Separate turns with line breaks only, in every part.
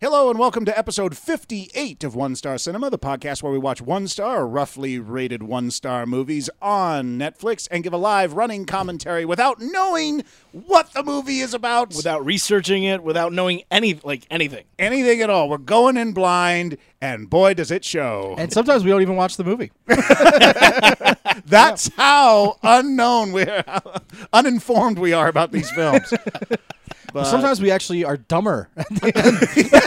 Hello and welcome to episode 58 of One Star Cinema, the podcast where we watch one star, or roughly rated one star movies on Netflix and give a live running commentary without knowing what the movie is about,
without researching it, without knowing any like anything.
anything at all. We're going in blind, and boy, does it show.
And sometimes we don't even watch the movie.
That's how unknown we are, how uninformed we are about these films. But
sometimes we actually are dumber.
the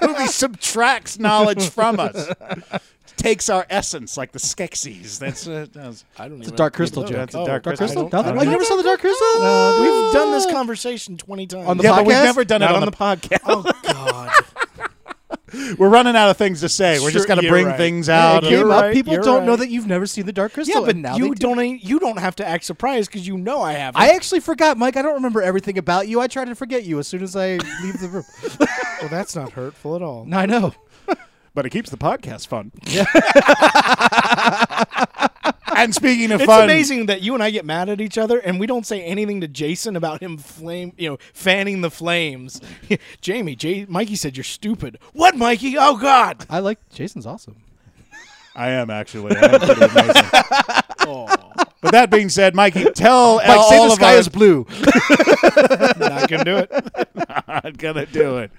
movie subtracts knowledge from us. Takes our essence like the Skeksis. That's uh, that's-
I don't. It's
the Dark Crystal joke.
That's a Dark
Dark
Crystal.
Crystal?
I don't-
Nothing?
I
Oh, you
don't-
never saw the Dark Crystal?
We've done this conversation twenty times
On the
yeah, but we've
podcast?
never done it
Not
on, the
podcast. Oh God!
We're running out of things to say. We're just
Sure,
going to
you're
bring
right.
things
Yeah,
out.
it
of-
came up.
right,
People
you're
don't know
right.
that you've never seen the Dark Crystal.
yeah, but
and now
you
they do.
don't. e- You don't have to act surprised because you know I haven't.
I actually forgot, Mike. I don't remember everything about you. I tried to forget you as soon as I leave the room.
Well, that's not hurtful at all.
I know.
But it keeps the podcast fun. and speaking of
it's
fun,
amazing that you and I get mad at each other and we don't say anything to Jason about him flame, you know, fanning the flames. Jamie, J- Mikey said you're stupid. What, Mikey? Oh God!
I like Jason's awesome.
I am actually. I am pretty amazing. But that being said, Mikey, tell
Mike,
all
say the
of
sky
our-
is blue.
Not gonna do it.
I'm gonna do it.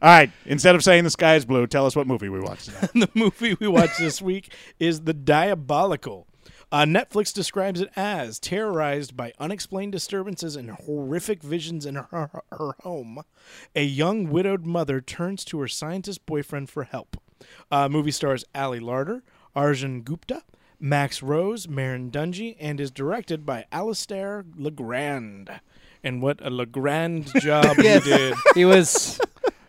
All right. Instead of saying the sky is blue, tell us what movie we watched. tonight.
the movie we watched this week is The Diabolical. Uh, Netflix describes it as terrorized by unexplained disturbances and horrific visions in her, her home. A young widowed mother turns to her scientist boyfriend for help. Uh, movie stars Ali Larder, Arjun Gupta, Max Rose, Marin Dungy, and is directed by Alistair Legrand. And what a Legrand job he
Yes.
did.
he was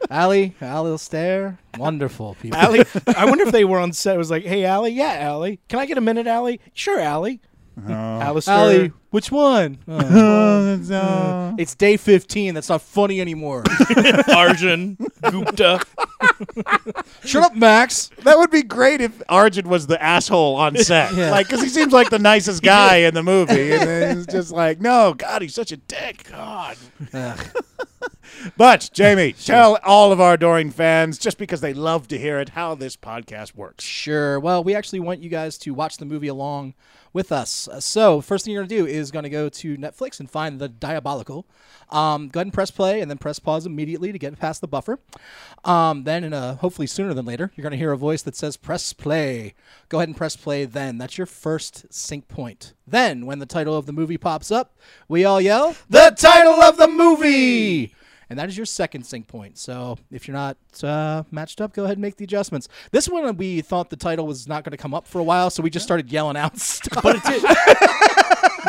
Ali, Alistair. Wonderful people.
Allie, I wonder if they were on set. It was like, hey, Allie, yeah, Allie, can I get a minute, Allie? Sure, Allie. Alistair.
Ali, which one? Uh, it's day 15. That's not funny anymore.
Arjun, Gupta.
Shut up, Max.
That would be great if Arjun was the asshole on set, Like 'cause
Yeah.
like because he seems like the nicest guy in the movie, and then he's just like, "No, God, he's such a dick." God. But Jamie, tell all of our adoring fans, just because they love to hear it, how this podcast works.
Sure. Well, we actually want you guys to watch the movie along with us. Uh, So, first thing you're going to do is going to go to Netflix and find The Diabolical. Um, go ahead and press play and then press pause immediately to get past the buffer. Um, then, and uh, hopefully sooner than later, you're going to hear a voice that says press play. Go ahead and press play then. That's your first sync point. Then, when the title of the movie pops up, we all yell, The title of the movie! And that is your second sync point. So if you're not uh, matched up, go ahead and make the adjustments. This one, we thought the title was not going to come up for a while, so we just started yelling out stuff.
But it, did,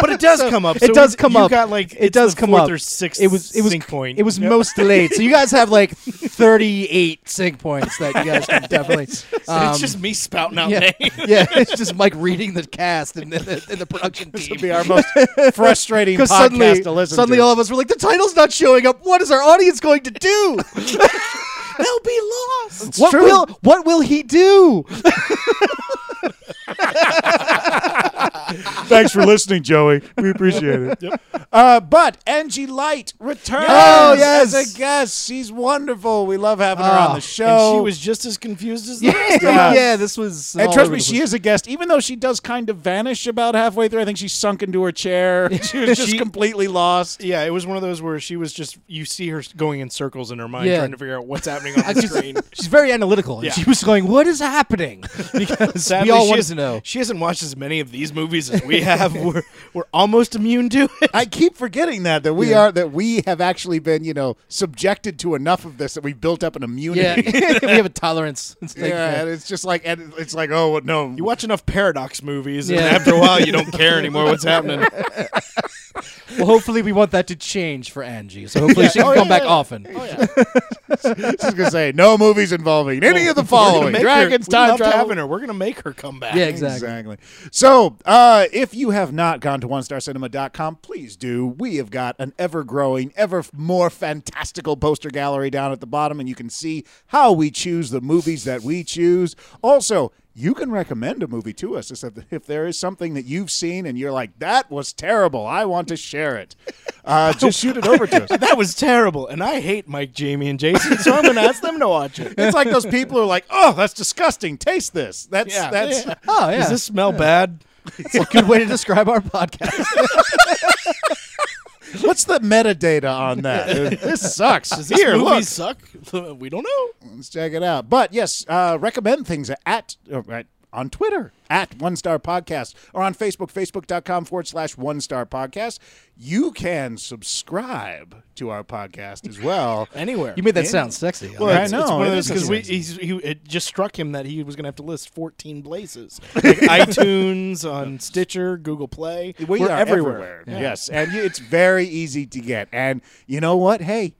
but it does come up.
it
so
does come
you
up.
Got like,
it
it's
does
the
come
fourth
up.
Or sixth
it was it was
sync point.
it was most delayed. So you guys have like 38 sync points that you guys can definitely. um,
it's just me spouting out
yeah,
names.
yeah, it's just Mike reading the cast and the, the, and the production
It'd
team.
be our most frustrating podcast
Because suddenly,
to listen
suddenly
to.
all of us were like, the title's not showing up. What is our audience going to do?
They'll be lost.
what
true.
will what will he do?
Thanks for listening, Joey. We appreciate it. Uh, but Angie Light returns
Oh, yes.
as a guest. She's wonderful. We love having her
Ah,
on the
and she
show.
and she was just as confused as the
yeah,
rest. of us.
Yeah.
yeah, this was.
And
all
trust
over
me,
the
she
place.
is a guest, even though she does kind of vanish about halfway through. I think she sunk into her chair. She was just
She-
completely lost.
Yeah, it was one of those where she was just, you see her going in circles in her mind
Yeah.
trying to figure out what's happening on the
She's-
screen.
She's very analytical. and
Yeah.
She was going, "What is happening?" Because
Sadly,
we all
she
wanted
has-
to know.
She hasn't watched as many of these movies as we have. we're, we're almost immune to it.
I keep forgetting that that we are that we have actually been you know subjected to enough of this that we've built up an
Yeah,
immunity.
we have a tolerance. It's
Yeah,
like,
and it's just like and it's like oh no,
You watch enough Paradox movies,
Yeah.
and after a while, you don't care anymore what's happening.
uh, well, hopefully, we want that to change for Angie. So hopefully, she can
Oh,
come
yeah.
back often.
she's gonna say no movies involving any of the
We're gonna
following:
make
dragons,
her, we
time
loved
travel,
having her. We're gonna make her come back.
Yeah, exactly.
So, uh, if you have not gone to onestarcinema.com, please do. We have got an ever growing, ever f- more fantastical poster gallery down at the bottom, and you can see how we choose the movies that we choose. Also, you can recommend a movie to us. Except that if there is something that you've seen and you're like, that was terrible, I want to share it, uh, just shoot it over to us.
That was terrible, and I hate Mike, Jamie, and Jason, so I'm going to ask them to watch it.
It's like those people who are like, oh, that's disgusting. Taste this. That's
Yeah.
that's
Yeah.
Oh yeah,
Does this smell bad?
that's a good way to describe our podcast.
what's the metadata on that? this sucks.
Does
Here,
movie
look.
suck? We don't know.
Let's check it out. But yes, uh, recommend things at, uh, at on Twitter at One Star Podcast or on Facebook, facebook.com forward slash One Star Podcast. You can subscribe to our podcast as well.
Anywhere.
You made that sound sexy.
Well,
It's-
I know.
It's one of
it
those
is
because we
amazing.
he's, he, it just struck him that he was going to have to list 14 places, like iTunes, on Stitcher, Google Play.
we
We're
are everywhere. Yes, and you- it's very easy to get. And you know what? Hey,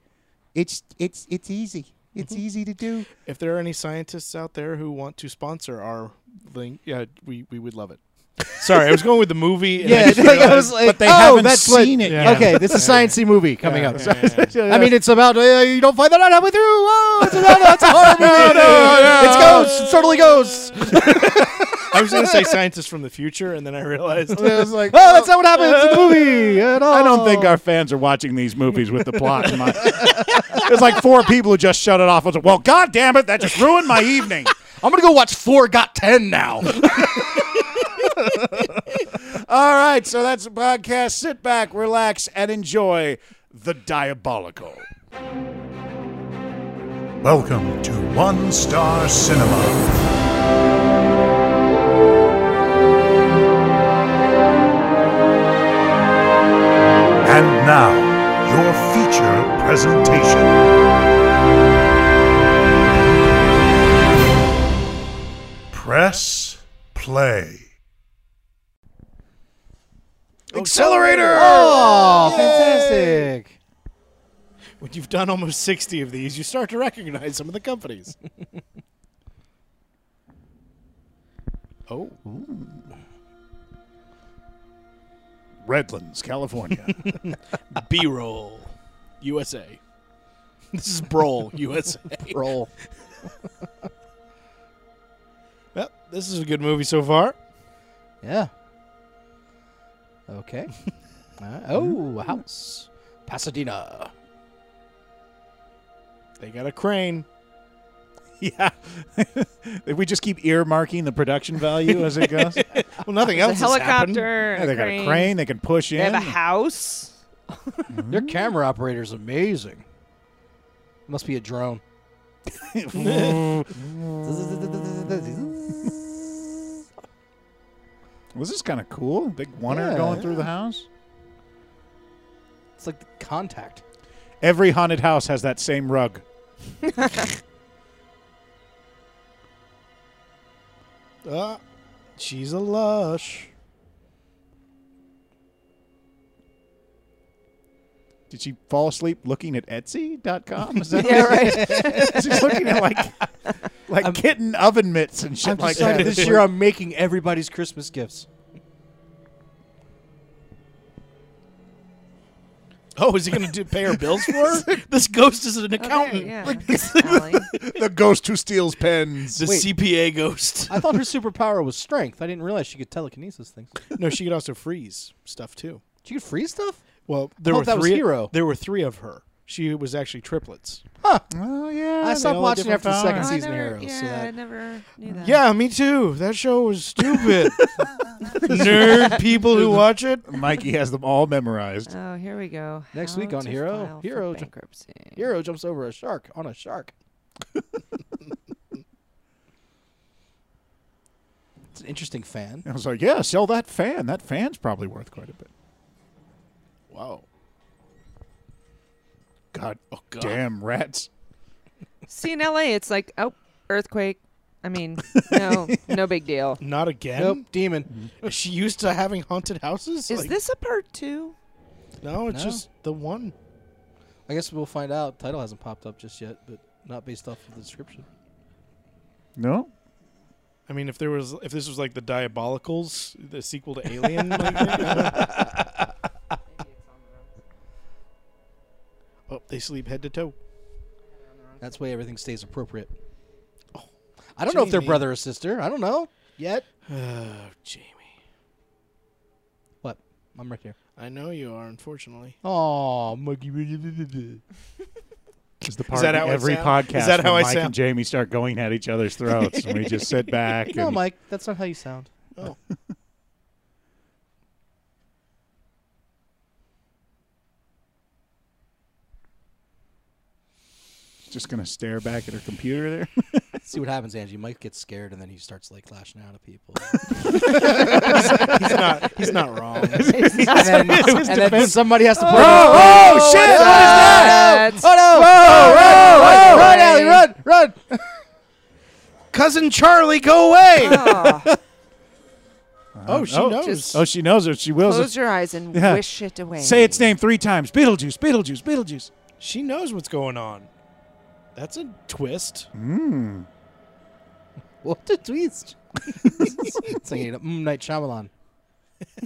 it's it's it's easy. It's easy to do.
If there are any scientists out there who want to sponsor our thing, yeah, we, we would love it. Sorry, I was going with the movie. and I
Yeah,
just
I
realized-
was like,
but they
oh,
haven't
that's
seen it
yet.
Okay, this is a sciencey movie coming up. I
I
mean, it's about uh, you don't find that out halfway through. Oh, it's, no, no, it's a horror movie. It's ghosts. It's totally ghosts. Oh,
I was going to say scientists from the future, and then I realized
was like,
Oh, that's not what happens in the movie at all.
I don't think our fans are watching these movies with the plot in mind. There's like four people who just shut it off. I was like, well, god damn it, that just ruined my evening.
I'm gonna go watch Four Got Ten now.
All right, so that's the podcast. Sit back, relax, and enjoy the diabolical.
Welcome to One Star Cinema. And now, your feature presentation. Press play.
Accelerator!
oh, fantastic!
when you've done almost 60 of these, you start to recognize some of the companies. oh,
Redlands, California.
B roll, USA. This is Broll, USA.
Roll.
Well, this is a good movie so far.
Yeah. Okay. Uh, oh, house. Pasadena.
They got a crane.
yeah. we just keep earmarking the production value as it goes.
Well, nothing else.
a
has happened.
helicopter.
Yeah, they got a crane they can push in.
They have a house.
Your camera operator's amazing. Must be a drone.
Well, this is kind of cool. Big one
Yeah,
going through the house.
It's like the contact.
Every haunted house has that same rug.
Ah, she's a lush.
Did she fall asleep looking at Etsy.com? Is that
Yeah, right.
She's looking at like like kitten oven mitts and shit
I'm
like
just
that.
like, this year I'm making everybody's Christmas gifts.
Oh, is he going to do pay her bills for her? this ghost is an accountant.
Okay, Oh, yeah. Allie.
the ghost who steals pens.
The CPA ghost.
I thought her superpower was strength. I didn't realize she could telekinesis things.
no, she could also freeze stuff too.
She could freeze stuff?
Well, there
thought
were
that was
three.
Hero.
There were three of her. She was actually triplets.
Oh yeah. they
I stopped
all have
watching
different
after the second
Oh,
powers.
I
season
never,
heroes.
Yeah,
so
I
that,
never knew that.
Yeah, me too. That show was stupid. Nerd people who watch it.
Mikey has them all memorized.
Oh, here we go.
Next
How
week on
to
Hero-
file for
Hero ju-
bankruptcy.
hero jumps over a shark on a shark. it's an interesting fan.
I was like, yeah, sell that fan. That fan's probably worth quite a bit.
Wow.
God,
Oh god.
damn rats.
See in LA, it's like oh, earthquake. I mean, no, no big deal.
Not again.
Nope, demon.
Is she used to having haunted houses?
Is
Like,
this a part two?
No, it's
No.
just the one.
I guess we'll find out. Title hasn't popped up just yet, but not based off of the description.
No?
I mean, if there was, if this was like the Diabolicals, the sequel to Alien. like, oh, they sleep head to toe.
That's why everything stays appropriate. I don't know if they're
Jamie.
brother or sister. I don't know yet.
Oh, Jamie.
What? I'm right here.
I know you are, unfortunately.
Oh, monkey.
Is the part
that
in
how I
every
sound?
podcast
Is that
where
how I
Mike and
sound?
Jamie start going at each other's throats and we just sit back
No,
and
Mike, that's not how you sound.
Oh.
just gonna stare back at her computer there.
See what happens, Angie. Mike gets scared and then he starts like lashing out at people.
he's not he's not wrong.
and then, and then somebody has to pull.
oh, shit! What is
That's-
no!
oh,
Whoa! Run! Run, Allie! Run! Run!
Cousin Charlie, go away.
Aw,
oh, she
oh,
knows.
just-
Oh, she knows it. She wills
close
it.
your eyes and
Yeah.
wish it away.
Say its name three times. Beetlejuice, Beetlejuice, Beetlejuice.
she knows what's going on. That's a twist.
Mmm.
What a twist! it's like mm, Night Shyamalan.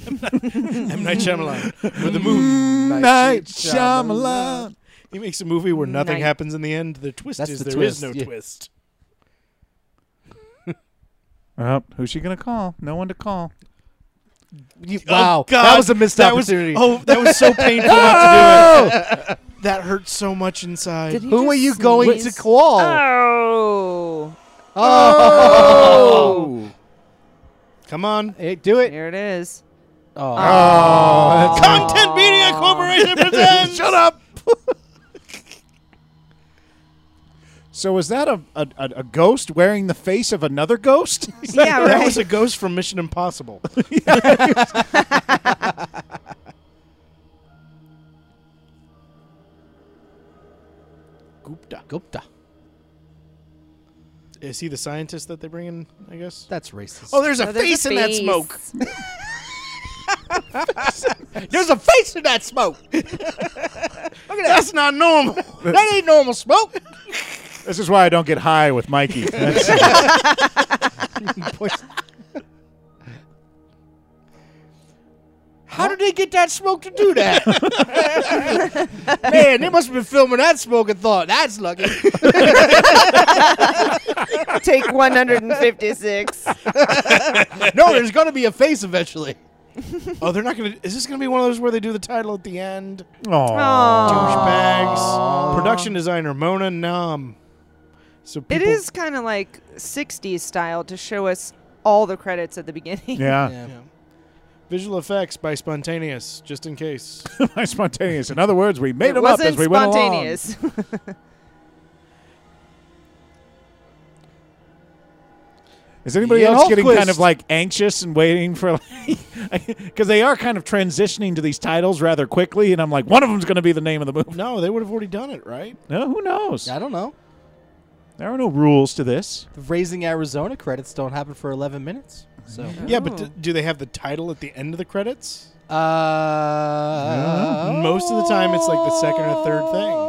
M Night Shyamalan with the movie.
Night Shyamalan.
He makes a movie where nothing
Night.
happens in the end. The twist
That's
is
the
there is
twist,
no
yeah.
twist.
Oh, who's she gonna call? No one to call.
You-
Oh,
wow, that
God.
was a missed
That was-
opportunity.
oh, that was so painful not to do it. That hurt so much inside.
Did he
Who
just
are you going to
sneeze?
call?
Oh.
Oh.
Come on.
Hey, do it.
Here it is.
Oh.
Ah. Content Media Corporation presents. Oh. Shut up.
So was that a, a, a a ghost wearing the face of another ghost? Is that-
Yeah,
That
right.
was a ghost from Mission Impossible.
Gupta. Gupta.
Is he the scientist that they bring in? I guess.
That's racist.
Oh, there's a
Oh, there's a
face in that
face.
smoke.
there's a face in that smoke.
Look at that. That's not normal.
that ain't normal smoke.
This is why I don't get high with Mikey. That's-
How did they get that smoke to do that? Man, they must have been filming that smoke and thought, that's lucky.
Take 156.
no, there's going to be a face eventually.
oh, they're not gonna. Is this gonna be one of those where they do the title at the end?
Aw.
Douchebags. Production designer Mona Nam. So
It
people,
is kind of like 60s style to show us all the credits at the beginning.
Yeah.
Visual effects by Spontaneous, just in case.
By spontaneous. In other words, we made
It
them up as
wasn't
we went along.
spontaneous.
Is anybody
Ian
else getting kind
Holmquist.
of like anxious and waiting for like because they are kind of transitioning to these titles rather quickly and I'm like one of them's going to be the name of the movie.
no, they would have already done it, right?
No, who knows?
I don't know.
There are no rules to this.
The Raising Arizona credits don't happen for 11 minutes. So,
Yeah, but
Oh.
d- do they have the title at the end of the credits?
uh,
Most of the time, it's like the second or third thing.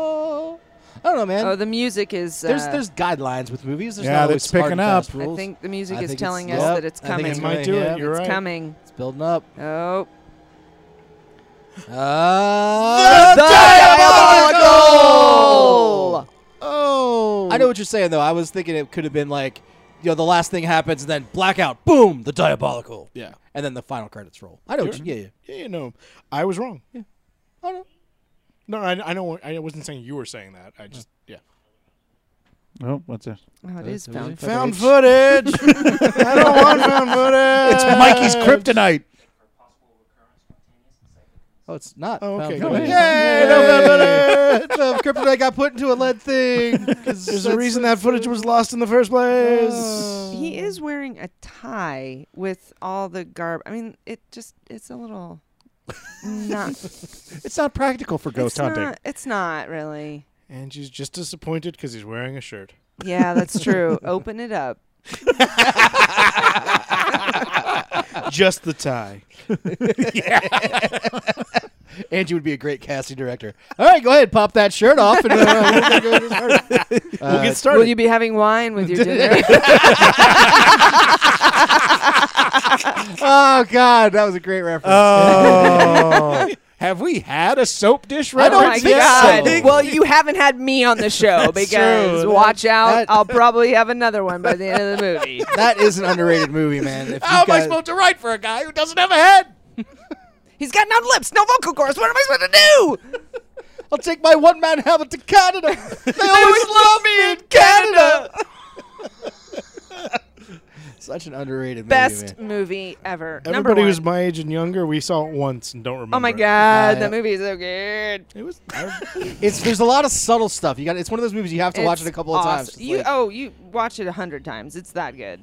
I don't know, man.
oh, the music is. Uh,
there's there's guidelines with movies. There's
Yeah,
not
that's
always hard and
picking up.
fast
I
rules.
think the music
I
is
think
telling
it's-
us
yep,
that it's
I think
coming.
it's
It's,
They might do
yeah,
it. You're right.
coming.
building up.
Oh.
Uh,
The
diabolical!
Oh,
I know what you're saying, though. I was thinking it could have been like, you know, the last thing happens and then blackout, boom, the diabolical,
Yeah,
and then the final credits roll. I know what you, yeah, yeah.
yeah, you know, I was wrong.
I know.
No, I, I know. I wasn't saying you were saying that. I just, yeah.
Oh, what's that?
Oh, it is found.
Found footage. I don't want found footage.
Uh,
It's Mikey's
Uh,
kryptonite.
Oh, it's not.
Oh, okay. Go
Found footage.
ahead.
Yay! The kryptonite got put into a lead thing.
There's a reason that footage was lost in the first place.
He is wearing a tie with all the garb. I mean, it just it's a little not
It's not practical for ghost
it's
hunting.
Not, it's not really.
and she's just disappointed because he's wearing a shirt.
Yeah, that's true. Open it up.
just the tie.
Angie would be a great casting director. All right, go ahead, pop that shirt off, and uh, we're gonna go get started.
we'll get
Will
started.
you be having wine with your dinner?
Uh, Oh God, that was a great reference.
Oh.
Have we had a soap dish
Oh
reference
my
yet?
god!
So-
Well, you haven't had me on the show because
true.
watch out,
that-
I'll probably have another one by the end of the movie.
that is an underrated movie, man. If you
How am I
guys-
supposed to write for a guy who doesn't have a head?
He's got no lips, no vocal cords. What am I supposed to do?
I'll take my one man habit to Canada. They always
always love me in Canada.
such an underrated movie.
Best
man.
movie ever. Number
Everybody
one.
who's my age and younger, we saw it once and don't remember.
Oh my
it.
god,
yeah.
that movie is so good.
It was. I-
It's there's a lot of subtle stuff. You got it's one of those movies you have to watch it
It's
a couple
awesome.
of times. It's
You
like-
oh, you watch it a hundred times. It's that good.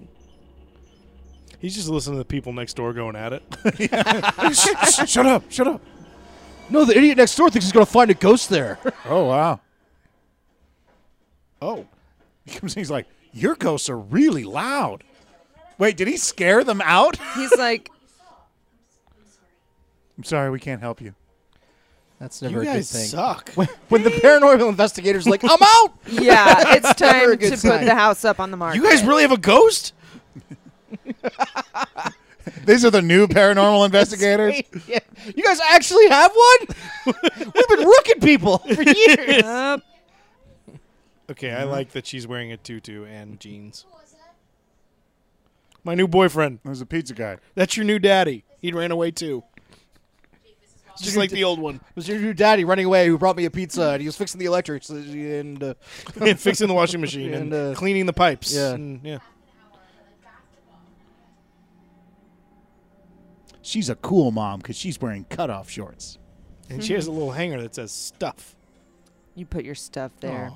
he's just listening to the people next door going at it.
Shut up! Shut up!
no, the idiot next door thinks he's gonna find a ghost there.
Oh wow! Oh, he comes in. He's like, "Your ghosts are really loud." Wait, did he scare them out?
He's like,
I'm sorry, we can't help you.
That's never a good thing.
suck.
When the paranormal investigator's like, "Oh, I'm out.
yeah, it's
Never a
time
good
to
sign.
put the house up on the market.
You guys really have a ghost?
These are the new paranormal investigators.
Yeah. You guys actually have one? We've been rooking people for years.
Up.
Okay, I like that she's wearing a tutu and jeans. My new boyfriend.
There's a pizza guy.
That's your new daddy. He ran away too. Just like the old one.
It was your new daddy running away who brought me a pizza and he was fixing the electrics and uh,
and fixing the washing machine and,
And, uh,
cleaning the pipes.
yeah.
and- yeah.
She's a cool mom because she's wearing cutoff shorts.
And she has a little hanger that says stuff.
You put your stuff there.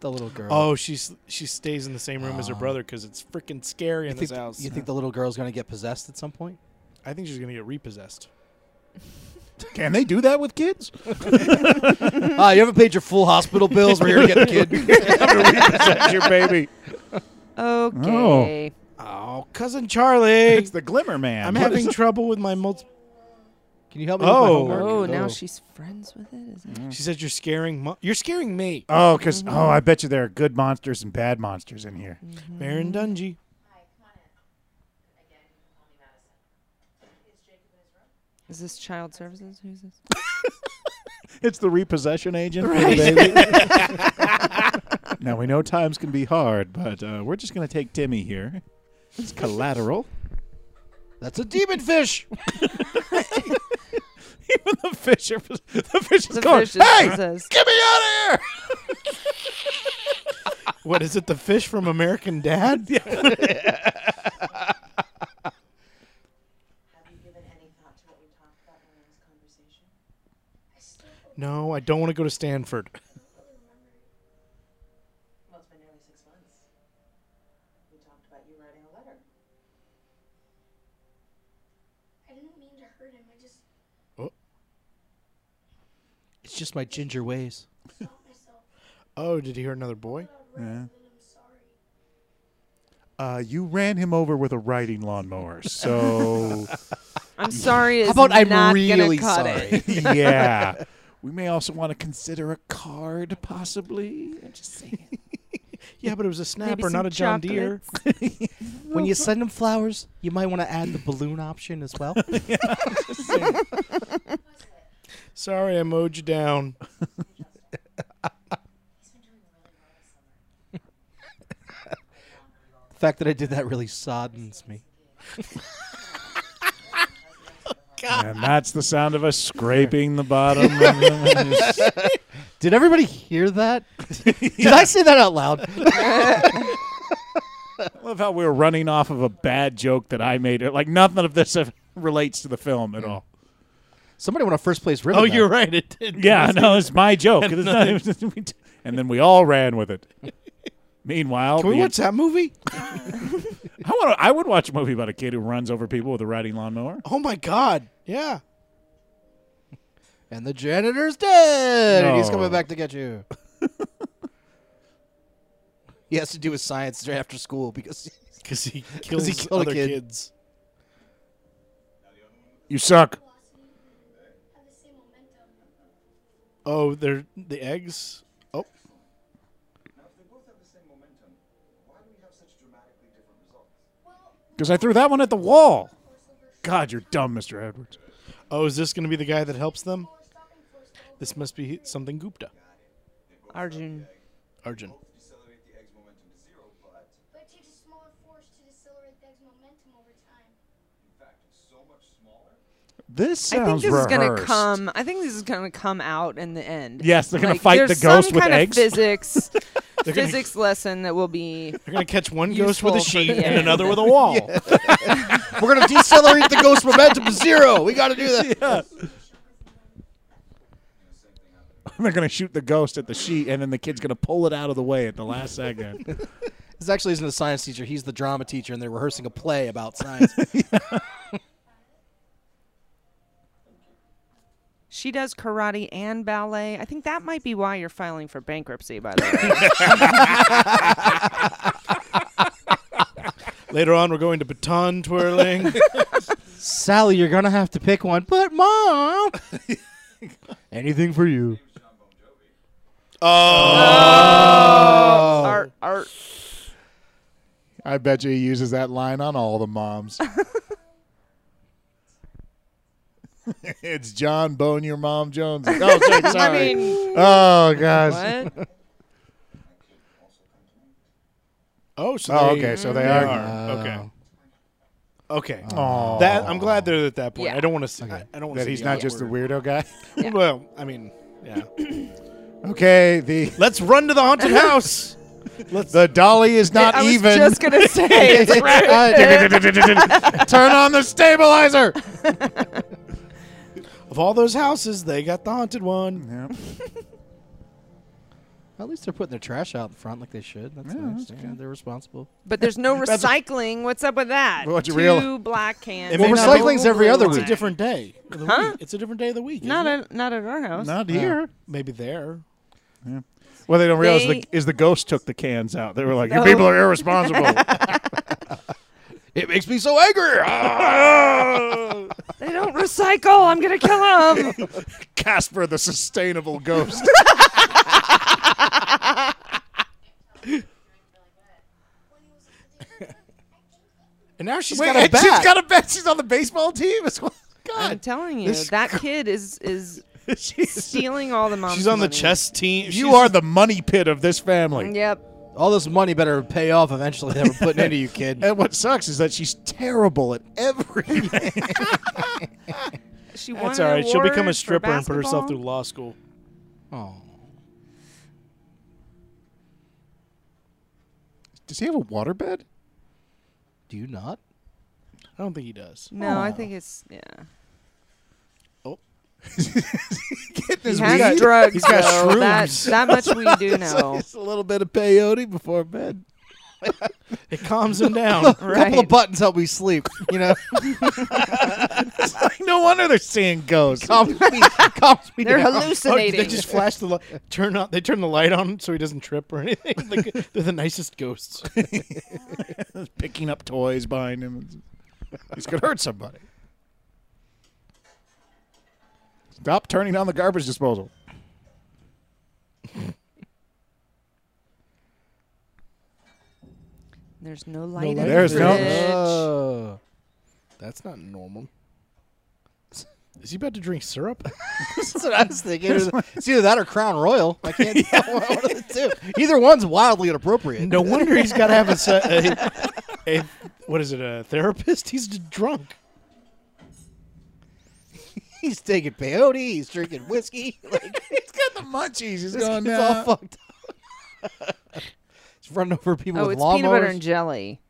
the little girl.
Oh, she's she stays in the same room as her brother because it's freaking scary in
you think,
this house.
you think the little girl's gonna get possessed at some point?
I think she's gonna get repossessed.
Can they do that with kids?
Ah, you haven't paid your full hospital bills. We're here to get the kid.
That's your baby.
Okay.
Oh, cousin Charlie,
It's the Glimmer Man.
I'm
What is
having trouble with my multi.
Can you help me?
Oh,
with my homework?
Oh, Mm-hmm. now
Oh.
she's friends with it. Is it?
She said you're scaring. Mo- you're scaring me,
Oh, because oh, I bet you there are good monsters and bad monsters in here.
Baron Dungy.
Is this child services? Who's this?
It's the repossession agent. now we know times can be hard, but uh, we're just gonna take Timmy here. It's collateral.
That's a demon fish.
Even the fish, are, the fish is
The
going.
fish is
hey,
possessed."
get me out of
What is it? The fish from American Dad?
Have you given any thought to what we talked about in this conversation?
No, I don't want to go to Stanford.
Well, it's been nearly six months. We talked about you writing a letter.
I didn't mean to hurt him. I just
It's just my ginger ways.
stopped myself.
Oh, did he hurt another boy?
here!
And I'm sorry.
Uh, you ran him over with a riding lawnmower, so
I'm sorry. It's
How about I'm
not
really
gonna cut
sorry?
It.
yeah. We may also want to consider a card, possibly. I'm just saying.
Yeah, but it was a
Maybe
snapper,
some
not a John Deere.
chocolates.
When you send them flowers, you might want to add the balloon option as well.
Sorry, I mowed you down.
the fact that I did that really soddens me.
And that's the sound of us scraping the bottom. of the-
Did everybody hear that? Did I say that out loud?
I love how we're running off of a bad joke that I made. Like nothing of this relates to the film at all.
Somebody won a first place ribbon.
Oh,
though.
you're right. It did.
Yeah, no, it's my joke. It's not even- and then we all ran with it. Meanwhile,
Can we
the-
watch that movie?
I want. I would watch a movie about a kid who runs over people with a riding lawnmower.
Oh my God. Yeah.
And the janitor's dead, and he's
No.
coming back to get you. he has to do his science right after school because
Because he kills
killed a
other
kid.
kids.
You suck.
Have the same momentum.
Oh, they're the eggs. Oh,
Because I threw that one at the wall. God, you're dumb, Mr. Edwards.
Oh, is this going to be the guy that helps them?
People are stopping for us the whole
This must be something Gupta.
Arjun.
Arjun.
But it takes a smaller force to decelerate the egg's momentum over time.
This
I think
sounds
this is gonna
rehearsed.
come. I think this is gonna come out in the end.
Yes, they're gonna
Like,
fight the
there's
ghost
some
with
kind
eggs.
Of physics,
They're gonna-
physics lesson that will be.
They're going to catch one ghost with a
Useful for
sheet
the
and
end.
another with a wall.
We're gonna decelerate the ghost momentum to zero. We got to do that.
They're gonna shoot the ghost at the sheet, and then the kid's gonna pull it out of the way at the last second.
This actually isn't a science teacher. He's the drama teacher, and they're rehearsing a play about science.
She does karate and ballet. I think that might be why you're filing for bankruptcy. By the way,
Later on, we're going to baton twirling.
Sally, you're gonna have to pick one. But mom, anything for you.
Oh.
art, art.
I bet you he uses that line on all the moms. it's John Bone Your Mom Jones. Oh, sorry,
I
sorry.
mean,
oh gosh.
what?
oh, so
Oh,
they-
okay. So they
they
are.
are. Okay. Okay.
Aw.
That I'm glad they're at that point.
Yeah.
I don't want to see. Oh. I, I don't want
that
to see
he's
the
not
other
just a
word.
weirdo guy.
Well, I mean, yeah.
Okay, the
Let's run to the haunted house. Let's.
the dolly is not
I was
even.
just gonna say. It's right.
Uh,
Turn on the stabilizer.
Of all those houses, they got the haunted one.
At least they're putting their trash out in front like they should. That's nice. Yeah, they're responsible.
But there's no recycling. What's up with that?
What's
Two
real-
black cans.
It may
and
not
a
be-
recycling's every
blue
other
one.
week.
It's a different day. of the
Huh?
week. It's a different day of the week.
Not
isn't it?
at not at our house.
Not here.
Maybe there.
Well, they don't realize
They-
the, is the ghost took the cans out. They were like, "Your
No.
people are irresponsible."
It makes me so angry. Ah!
They don't recycle. I'm gonna kill them.
Casper, the sustainable ghost.
And now she's
Wait,
got a
and she's
bat.
got a bet. She's on the baseball team as well.
I'm
God,
telling you, that kid is is
she's,
stealing all the mom's.
she's on the
money.
chess team.
you are the money pit of this family.
Yep.
All this money better pay off eventually that we're putting into you, kid.
And what sucks is that she's terrible at everything.
She won
That's
an
all right. She'll become
award for
a stripper and put herself through
basketball.
law school.
Oh.
Does he have a waterbed?
Do you not?
I don't think he does.
No, I think it's yeah.
Getting
He
his
has
Oh. weed?
drugs.
He's got
though. That
shrooms.
that much we do know.
Just a little bit of peyote before bed.
It calms him down.
A couple
Right.
of buttons help me sleep. You know,
no wonder they're seeing ghosts.
calms me, calms me
They're
down.
Oh, did
hallucinating.
they just flash the light. Turn on. They turn the light on so he doesn't trip or anything. Like, they're the nicest ghosts.
Picking up toys behind him.
This could hurt somebody. Stop turning on the garbage disposal.
There's no light.
light.
in
There's
the
no-
fridge.
Oh.
That's not normal. Is he about to drink syrup?
That's what I was thinking. It's either that or Crown Royal. I can't tell one of the two. Either one's wildly inappropriate.
No wonder he's got to have a, se- a, a what is it? A therapist? He's just drunk.
He's taking peyote. He's drinking whiskey. Like,
He's got the munchies. He's
it's,
going
it's
now.
all fucked up. He's running over people
Oh,
with
it's
lawnmowers.
peanut butter and jelly.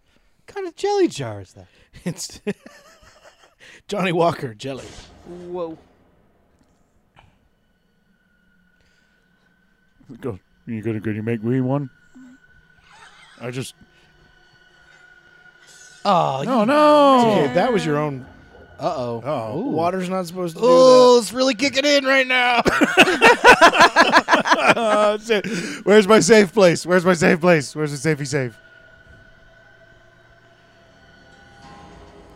what kind of jelly jar is that?
It's Johnny Walker jelly.
Whoa.
Go. You gonna gonna make me one? I just
Oh,
no no.
Okay, that was your own.
uh-oh.
Oh,
Water's not supposed to do
Oh, it's really kicking in right now.
Uh, shit.
Where's my safe place? Where's my safe place? Where's the safety safe?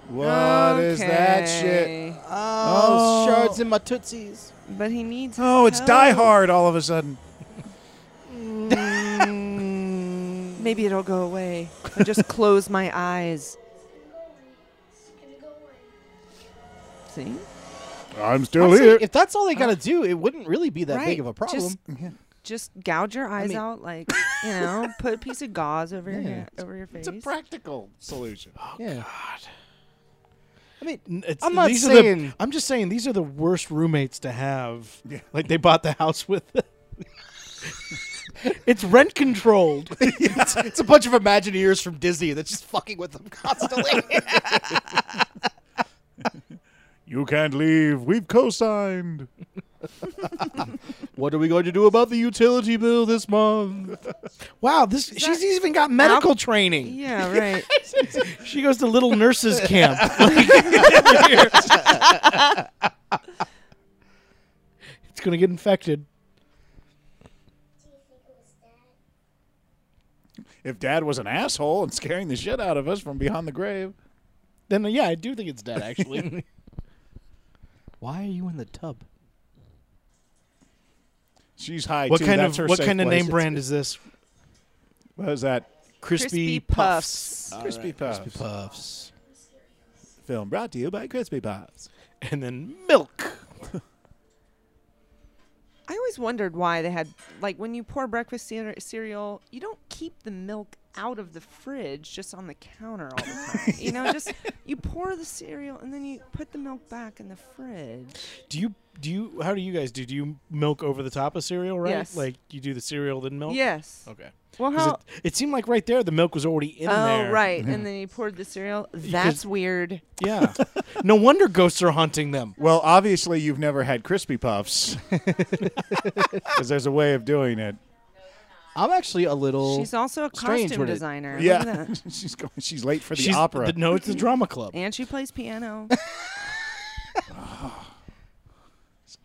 What is that shit?
Okay.
Oh, shards in my tootsies.
But he needs.
Oh, it's
help.
Die Hard all of a sudden.
Maybe it'll go away. I just close my eyes.
It's gonna go away. It's gonna go away.
See?
I'm still
Honestly,
here.
if that's all they got to do, it wouldn't really be that
Right.
big of a problem.
Just, just gouge your eyes
mean-
out, like you know, put a piece of gauze over your
Yeah.
ha- over your face.
It's a practical solution.
yeah. I mean,
N- It's,
I'm not
these Are the,
saying-
I'm just saying these are the worst roommates to have. Like they bought the house with. it's rent controlled.
it's, it's a bunch of Imagineers from Disney that's just fucking with them constantly.
You can't leave. We've co-signed.
what are we going to do about the utility bill this month?
wow, this she's even got medical training.
yeah, right.
She goes to little nurses camp. it's gonna get infected.
Do you think it was that?
If Dad was an asshole and scaring the shit out of us from beyond the grave.
Then uh, yeah, I do think it's dead actually.
why are you in the tub?
She's high
what
too.
kind
That's
of
her
what
safe
kind of
place.
name brand is this?
What is that?
Crispy,
Crispy
puffs.
Puffs.
Crispy Puffs.
Puffs.
Film brought to you by Crispy Puffs.
and then milk.
I always wondered why they had like when you pour breakfast cere- cereal, you don't keep the milk out of the fridge just on the counter all the time. You know, just you pour the cereal and then you put the milk back in the fridge.
Do you do you how do you guys do? Do you milk over the top of cereal, right?
Yes.
Like you do the cereal then milk?
Yes.
Okay.
Well,
'Cause
how?
It, it seemed like right there the milk was already in
oh,
there.
right. And then you poured the cereal. That's weird.
Yeah. no wonder ghosts are haunting them.
Well, obviously you've never had Crispy Puffs. Because there's a way of doing it.
I'm actually a little.
She's also a
strange
costume
with it.
designer. Look at
Yeah.
that.
she's going, she's late for the
She's-
opera.
no, it's the drama club.
And she plays piano.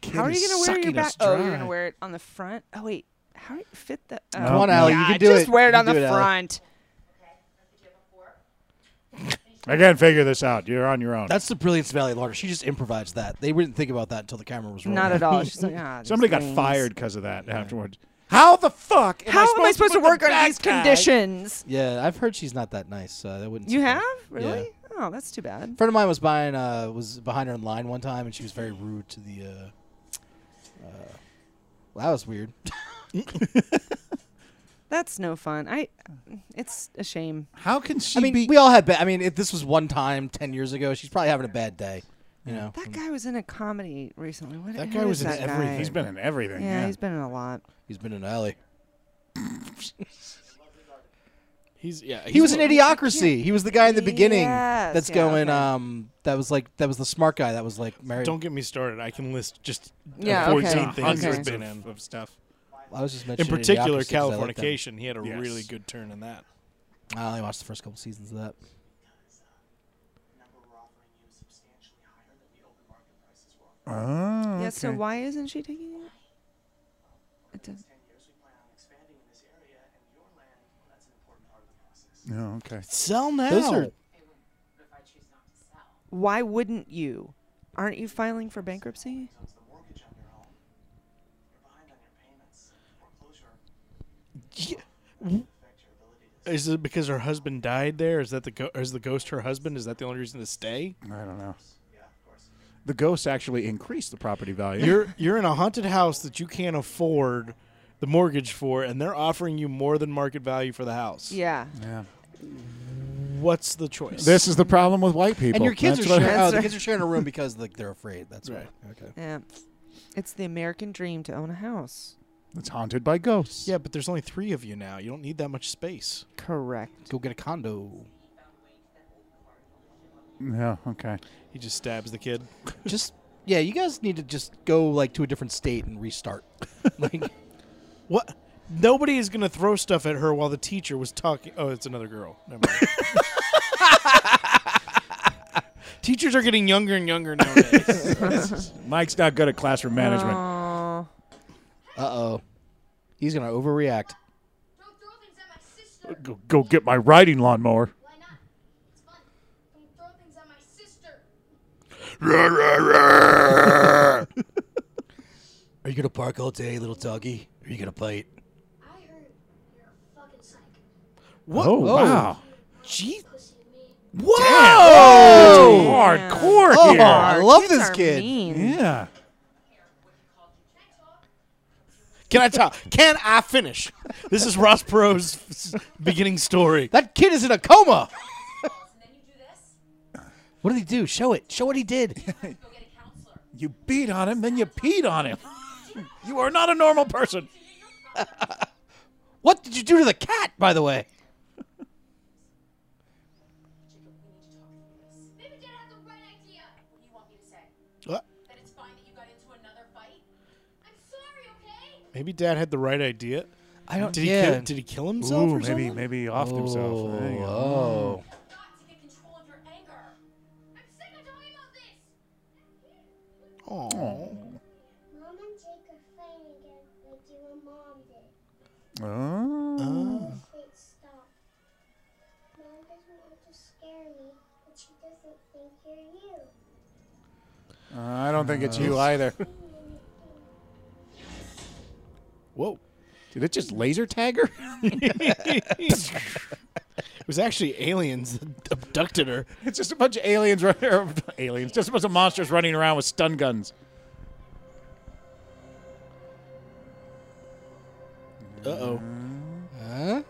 Kid
How are
is
you going to wear your
sucking
back?
us
Oh, you're going
dry.
to wear it on the front. Oh wait, how do you fit the? Oh.
Come on, Ally,
you
God,
can do
just
it.
wear it
You
on
do
the
it, Ally.
front.
I can't figure this out. You're on your own.
That's the brilliance of Valley Larder. She just improvised that. They wouldn't think about that until the camera was rolling.
Not at all. She's like, ah, these
Somebody got
things.
fired because of that afterwards. How the fuck?
How am I supposed to
put the
work under
back
these
guy?
conditions?
Yeah, I've heard she's not that nice. So that wouldn't.
You
surprise-
have
Yeah.
really? Oh, that's too bad.
A friend of mine was buying, uh, was behind her in line one time, and she was very rude to the. Uh, uh, well, that was weird.
That's no fun. I. It's a shame.
How can she
I mean,
be?
we all had bad. I mean, if this was one time ten years ago, she's probably having a bad day. You know,
That guy was in a comedy recently. What,
That
who
guy
is
was in
that
everything.
guy?
he's been in everything.
yeah,
Yeah,
he's been in a lot.
he's been in an alley.
He's yeah.
He was an idiocracy. He was the guy in the beginning
Yes,
that's
yeah,
going.
okay.
Um, that was like that was the smart guy that was like married.
Don't get me started. I can list just
Yeah, okay.
14 things
hundreds
he's been
of,
in.
of stuff.
I was just
In
mentioning
particular,
Idiocracy 'cause I like that.
Californication. He had a
Yes.
really good turn in that.
I only watched the first couple seasons of that.
number we're offering you is substantially higher than the open market prices were.
Oh,
Yeah. So why isn't she taking it? It does.
Ten years we plan on expanding in this area and your land, well, that's an important part of the process.
No, oh, okay.
Sell now.
Those are
But if I choose not to sell,
Why wouldn't you? Aren't you filing for bankruptcy?
so it's the mortgage on your home. You're behind on your payments. Foreclosure affects your ability to
Is it because her husband died there? Is that the go- is the ghost her husband? Is that the only reason to stay?
I don't know. The ghosts actually increase the property value.
You're you're in a haunted house that you can't afford the mortgage for, and they're offering you more than market value for the house.
Yeah.
yeah.
What's the choice?
This is the problem with white people.
and your kids
That's
are
what-
sharing. Oh,
That's
the
right.
kids are sharing a room because like they're afraid. That's right. Okay.
Yeah. It's the American dream to own a house.
It's haunted by ghosts.
yeah, but there's only three of you now. You don't need that much space.
Correct.
Go get a condo.
Yeah. Okay.
He just stabs the kid.
Just yeah, you guys need to just go like to a different state and restart. like
What? Nobody is gonna throw stuff at her while the teacher was talking. Oh, it's another girl. Never mind. Teachers are getting younger and younger nowadays.
Mike's not good at classroom management.
Aw.
uh oh, he's gonna overreact.
Don't throw things at my sister.
Go, go get my riding lawnmower.
Why not? It's fun. Don't throw things at my sister.
Are you gonna park all day, little doggy? Are you gonna bite?
I heard you're a fucking psych.
what?
Oh, wow.
Gee,
Pussy to me.
Whoa!
Hardcore
Oh,
here.
I love
Kids
this
are
kid.
mean.
Yeah.
Can I talk? Can I finish? This is Ross Pro's s- beginning story.
That kid is in a coma. what did he do? Show it. Show what he did.
You beat on him, then you peed on him. you are not a normal person.
What did you do to the cat, by the way?
Jacob, we need to talk through this.
Maybe Dad had the right idea. What do you want me to say?
What?
That it's fine that you got into another fight? I'm sorry, okay?
Maybe Dad had the right idea.
I don't.
Did he
yeah.
kill, did he kill himself or something?
maybe offed himself. There you go. oh.
Got to get control of your anger. I'm sick of talking about this.
Mom and Jake are fighting again, like you and Mom did.
Oh.
Can't stop. Mom doesn't want to scare me, but she doesn't think you're you.
Uh, I don't think it's you either.
Whoa.
Did it just laser tag her?
It was actually aliens that abducted her.
It's just a bunch of aliens, run- er, aliens, just a bunch of monsters running around with stun guns.
Uh oh.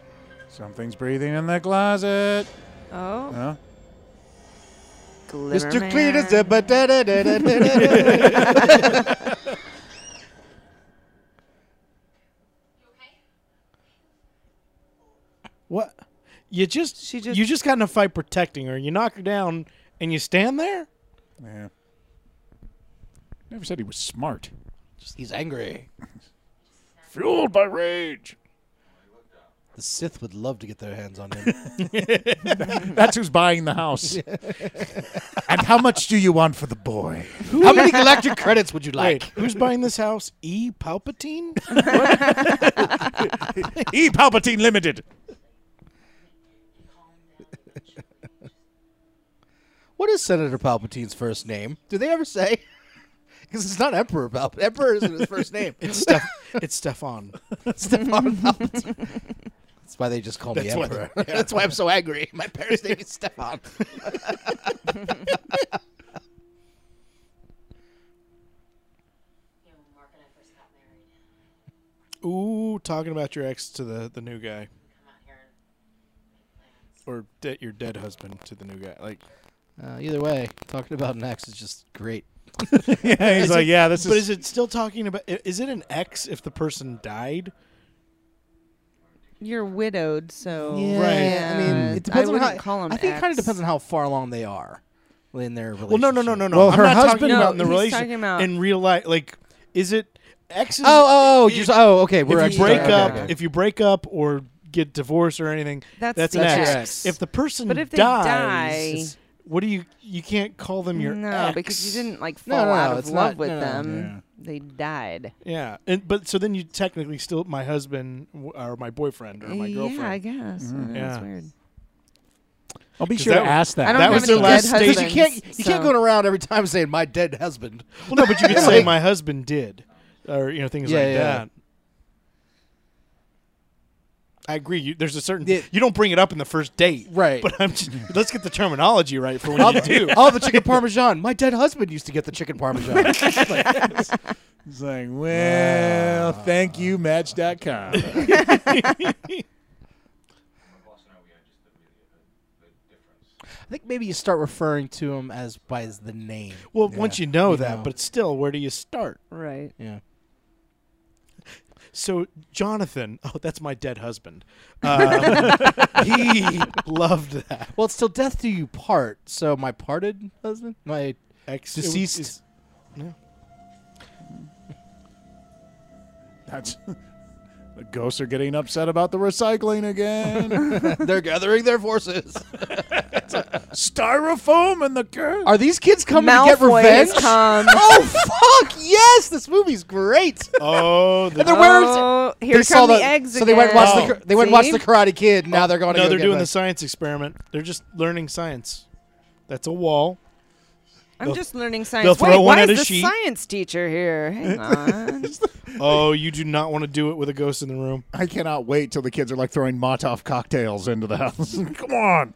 Something's breathing in the closet.
Oh,
Huh?
Glimmer
Mr.
Man.
Cletus. da-
uh,
ba- da- da- da- da- da- da- da.
What? You just,
She just-
you just got in a fight protecting her. You knock her down and you stand there.
Yeah. Never said he was smart.
He's angry.
Fueled by rage.
The Sith would love to get their hands on him.
That's who's buying the house. and how much do you want for the boy?
How many galactic credits would you like?
Wait, who's buying this house? E. Palpatine.
E Palpatine Limited.
What is Senator Palpatine's first name?
Do they ever say? Because it's not Emperor Palp. Emperor isn't his first name.
It's Steph. it's Stefan.
Stefan Palpatine.
That's why they just call me
That's
Emperor.
why, that's why I'm so angry. My parents' name is Stefan.
You know, Mark and I first got married.
Ooh, talking about your ex to the the new guy,
Come out here and make plans.
or de- your dead husband to the new guy. Like,
Uh, either way, talking about an ex is just great.
Yeah, he's like, yeah, this
but is
is.
it still talking about? i- Is it an ex if the person died?
You're widowed, so
I mean,
Mm.
Yeah,
it depends
I
on
wouldn't
how.
Call him
I think it kind
ex.
of depends on how far along they are in their relationship.
Well, no, no, no, no, no.
Well,
I'm
her
not talking
husband-
No,
about in the
he's
relationship.
talking about-
in real life. Like, is it exes?
Oh, oh, oh, you're, so- oh, okay. We're
if
actually
you break
okay,
up,
okay.
if you break up or get divorced or anything,
That's
that's
the
an ex.
ex. That's your ex.
If the person
But if they
dies,
die-
what do you? You can't call them your
no,
ex.
because you didn't like
No,
fall
no,
out
no,
of
it's
love
not-
with
no, no,
them.
yeah.
They died.
Yeah, and but so then you technically still my husband w- or my boyfriend or my girlfriend. Mm-hmm.
Yeah, I guess. Uh,
Yeah.
That's weird.
I'll be
'Cause
sure
that-
to ask that.
I don't
That
have
was
any
their
dead
last stage.
husbands,
You
you can't, you can't
so-
go around every time saying my dead husband.
Well, no, but you could say my husband did, or you know things
Yeah,
like
yeah.
that. I agree. You, there's a certain
Yeah.
you don't bring it up in the first date,
Right.
But I'm just, let's get the terminology right for when
All
you do.
the, all the chicken parmesan. My dead husband used to get the chicken parmesan. It's like,
It's like, well, thank you, Match.com.
I think maybe you start referring to him as by his, the name.
Well, once you know
You
that,
know.
but still, where do you start?
Right.
Yeah.
So Jonathan, oh, that's my dead husband. Uh, he loved that
Well, it's till death do you part. So my parted husband, my
ex
Deceased.
is-
That's. The ghosts are getting upset about the recycling again.
They're gathering their forces.
Styrofoam and the curse.
are these kids coming to get
Malfoy has
revenge?
come.
oh fuck yes! This movie's great.
oh, the,
They're wearing-
Oh, here
they
come
saw
the, eggs
So they went and
again.
watch the the they went and watch
See?
the Karate Kid. Now they're going to
Oh, no,
go
they're
get
doing
my-
the science experiment. They're just learning science. That's a wall.
I'm
They'll-
just learning science.
they'll throw
Wait,
one
why
at
is
a
the
sheet.
science teacher here? Hang on.
Oh, you do not want to do it with a ghost in the room.
I cannot wait till the kids are like throwing Motov cocktails into the house. Come on.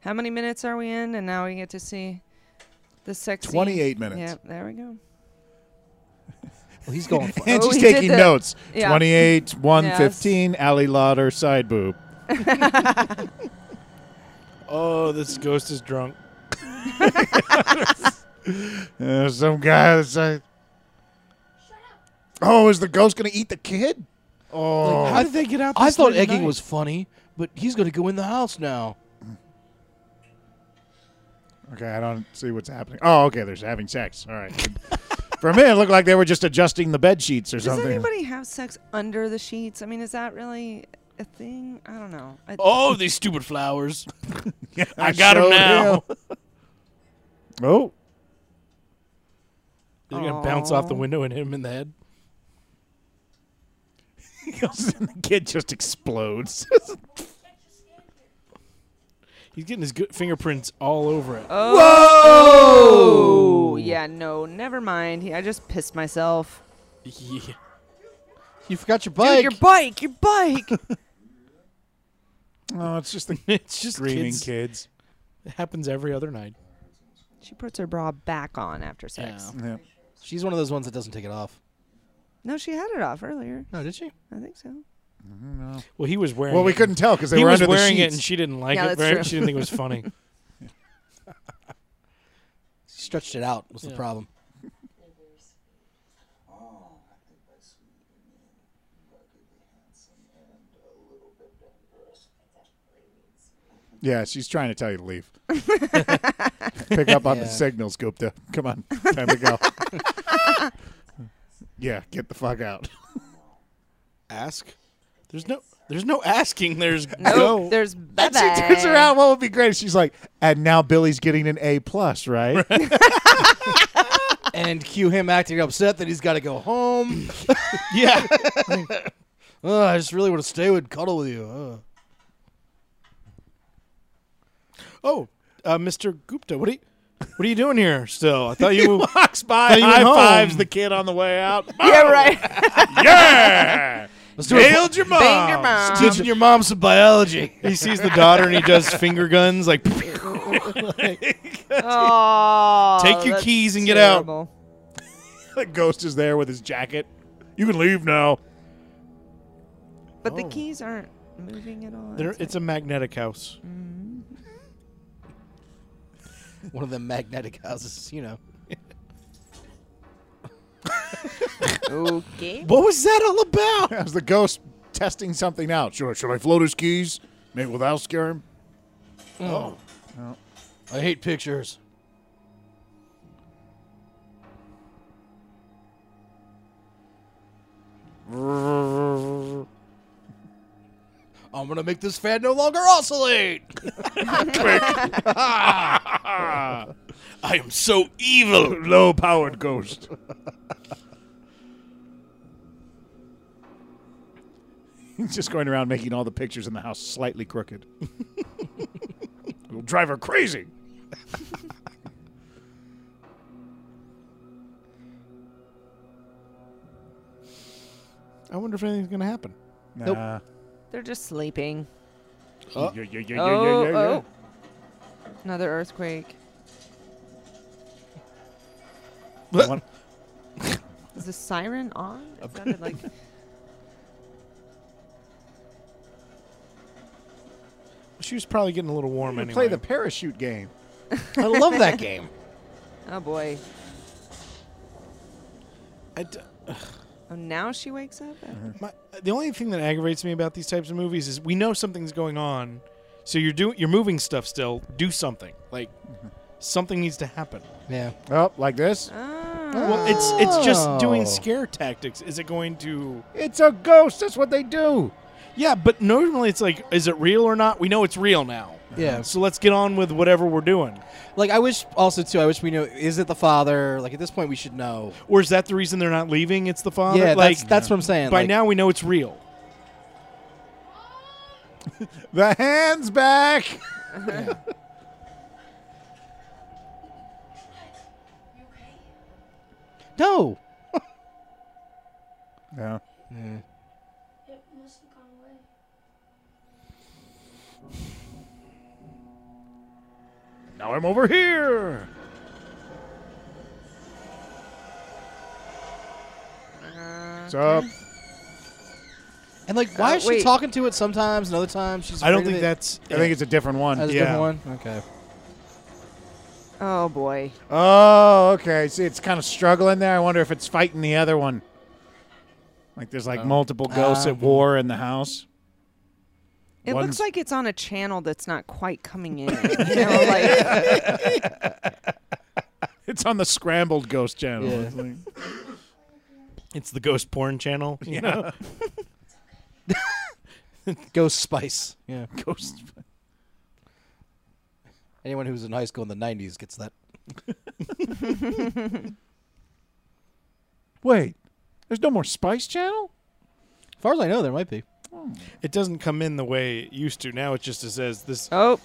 How many minutes are we in? And now we get to see the sex. scene.
28 minutes.
Yep, there we go.
Well, he's going for it.
And
Oh,
she's
he did
taking
the-
notes.
yeah.
28,
115,
115, Allie Lauder, side boob.
Oh, this ghost is drunk.
Uh, some guy that's like, oh, is the ghost going to eat the kid? Oh,
How did they get out?
I
this
thought
late at
egging
night?
was funny, but he's going to go in the house now.
okay, I don't see what's happening. Oh, okay, they're having sex. All right. For a minute, it looked like they were just adjusting the bed sheets or
Does
something.
anybody have sex under the sheets? I mean, is that really a thing? I don't know. I,
Oh, these stupid flowers.
I
got 'em
showed
now.
him. oh,
They're gonna bounce off the
Aw.
window and hit him in the head.
he goes in, the kid just explodes.
He's getting his good fingerprints all over
Uh,
it.
Oh, yeah, no, never mind. He- I just pissed myself.
Yeah.
You forgot your
Dude,
bike.
your bike, your bike.
oh, it's just the
It's just
screaming
kids.
kids.
It happens every other night.
she puts her bra back on after sex.
Yeah.
Yeah.
She's one of those ones that doesn't take it off.
No, she had it off earlier.
No, did she?
I think so.
Well, he was wearing.
Well, we
it.
couldn't tell because they
He
were
was
under the
wearing it,
sheets.
and she didn't like
Yeah,
it.
that's
Very,
true.
she didn't think it was funny.
She stretched it out was the
Yeah.
problem.
Oh, I think by sweet you mean ruggedly handsome and a little bit dangerous.
yeah, she's trying to tell you to leave. Pick up on
Yeah.
the signals, Gupta. Come on, time to go. yeah, get the fuck out.
Ask. There's no. There's no asking. There's
No,
go.
there's
And she turns around. What would be great? if She's like, and now Billy's getting an A plus, right?
and cue him acting upset that he's got to go home.
Yeah.
Ugh, I just really want to stay with cuddle with you. Ugh.
Oh, uh, Mr. Gupta, what are you? What are you doing here? Still, I thought you.
Walks by,
Are you at
high fives
home?
the kid on the way out.
Yeah, right.
yeah,
Let's do it.
nailed your mom.
Banged your mom.
Teaching your mom some biology.
he sees the daughter and he does finger guns like.
Oh,
Take your
that's
keys and get out.
terrible.
The ghost is there with his jacket. You can leave now.
But
Oh.
the keys aren't moving at all.
There,
That's
it's a magnetic house.
One of them magnetic houses, you know.
like- okay.
What was that all about?
As the ghost testing something out. Should I, should I float his keys? Maybe without scare him.
I hate pictures. I'm gonna make this fan no longer oscillate.
I am so evil.
Low powered ghost. He's just going around making all the pictures in the house slightly crooked. It'll drive her crazy.
I wonder if anything's gonna happen.
Nope.
Nah.
They're just sleeping.
Yeah, yeah, yeah, yeah, yeah,
oh,
yeah, yeah.
oh. Another earthquake.
One-
Is the siren on? It sounded like
She was probably getting a little warm anyway.
Play the parachute game.
I love that game.
Oh boy.
I d-
Oh, now she wakes up?
my, the only thing that aggravates me about these types of movies is we know something's going on, so you're doing you're moving stuff still. Do something like something needs to happen.
Yeah.
Oh, like this?
Oh.
Well, it's it's just
Oh.
doing scare tactics. Is it going to?
It's a ghost. That's what they do.
Yeah, but normally it's like, is it real or not? We know it's real now.
Yeah.
So let's get on with whatever we're doing.
Like I wish also too, I wish we knew is it the father? Like at this point we should know.
Or is that the reason they're not leaving? It's the father.
yeah,
Um, like
that's that's what I'm saying.
by
like,
now we know it's real.
The hands back.
You okay?
No.
Yeah.
It must have gone away.
Now I'm over here. What's up?
And like, why
Uh,
is she
wait.
talking to it sometimes and other times? She's.
I don't
afraid
think
of it?
that's.
I think it's a different one.
That's a
yeah.
different one. Okay.
Oh boy.
Oh, okay. See, it's kind of struggling there. I wonder if it's fighting the other one. Like there's like multiple ghosts at war in the house.
It
One's-
looks like it's on a channel that's not quite coming in. you know, like,
It's on the scrambled ghost channel.
Yeah.
It's like-
It's the ghost porn channel. You know?
Ghost Spice. Yeah.
ghost.
Anyone who was in high school in the '90s gets that.
Wait, there's no more Spice Channel.
As far as I know, there might be.
It doesn't come in the way it used to. Now it just says this.
oh,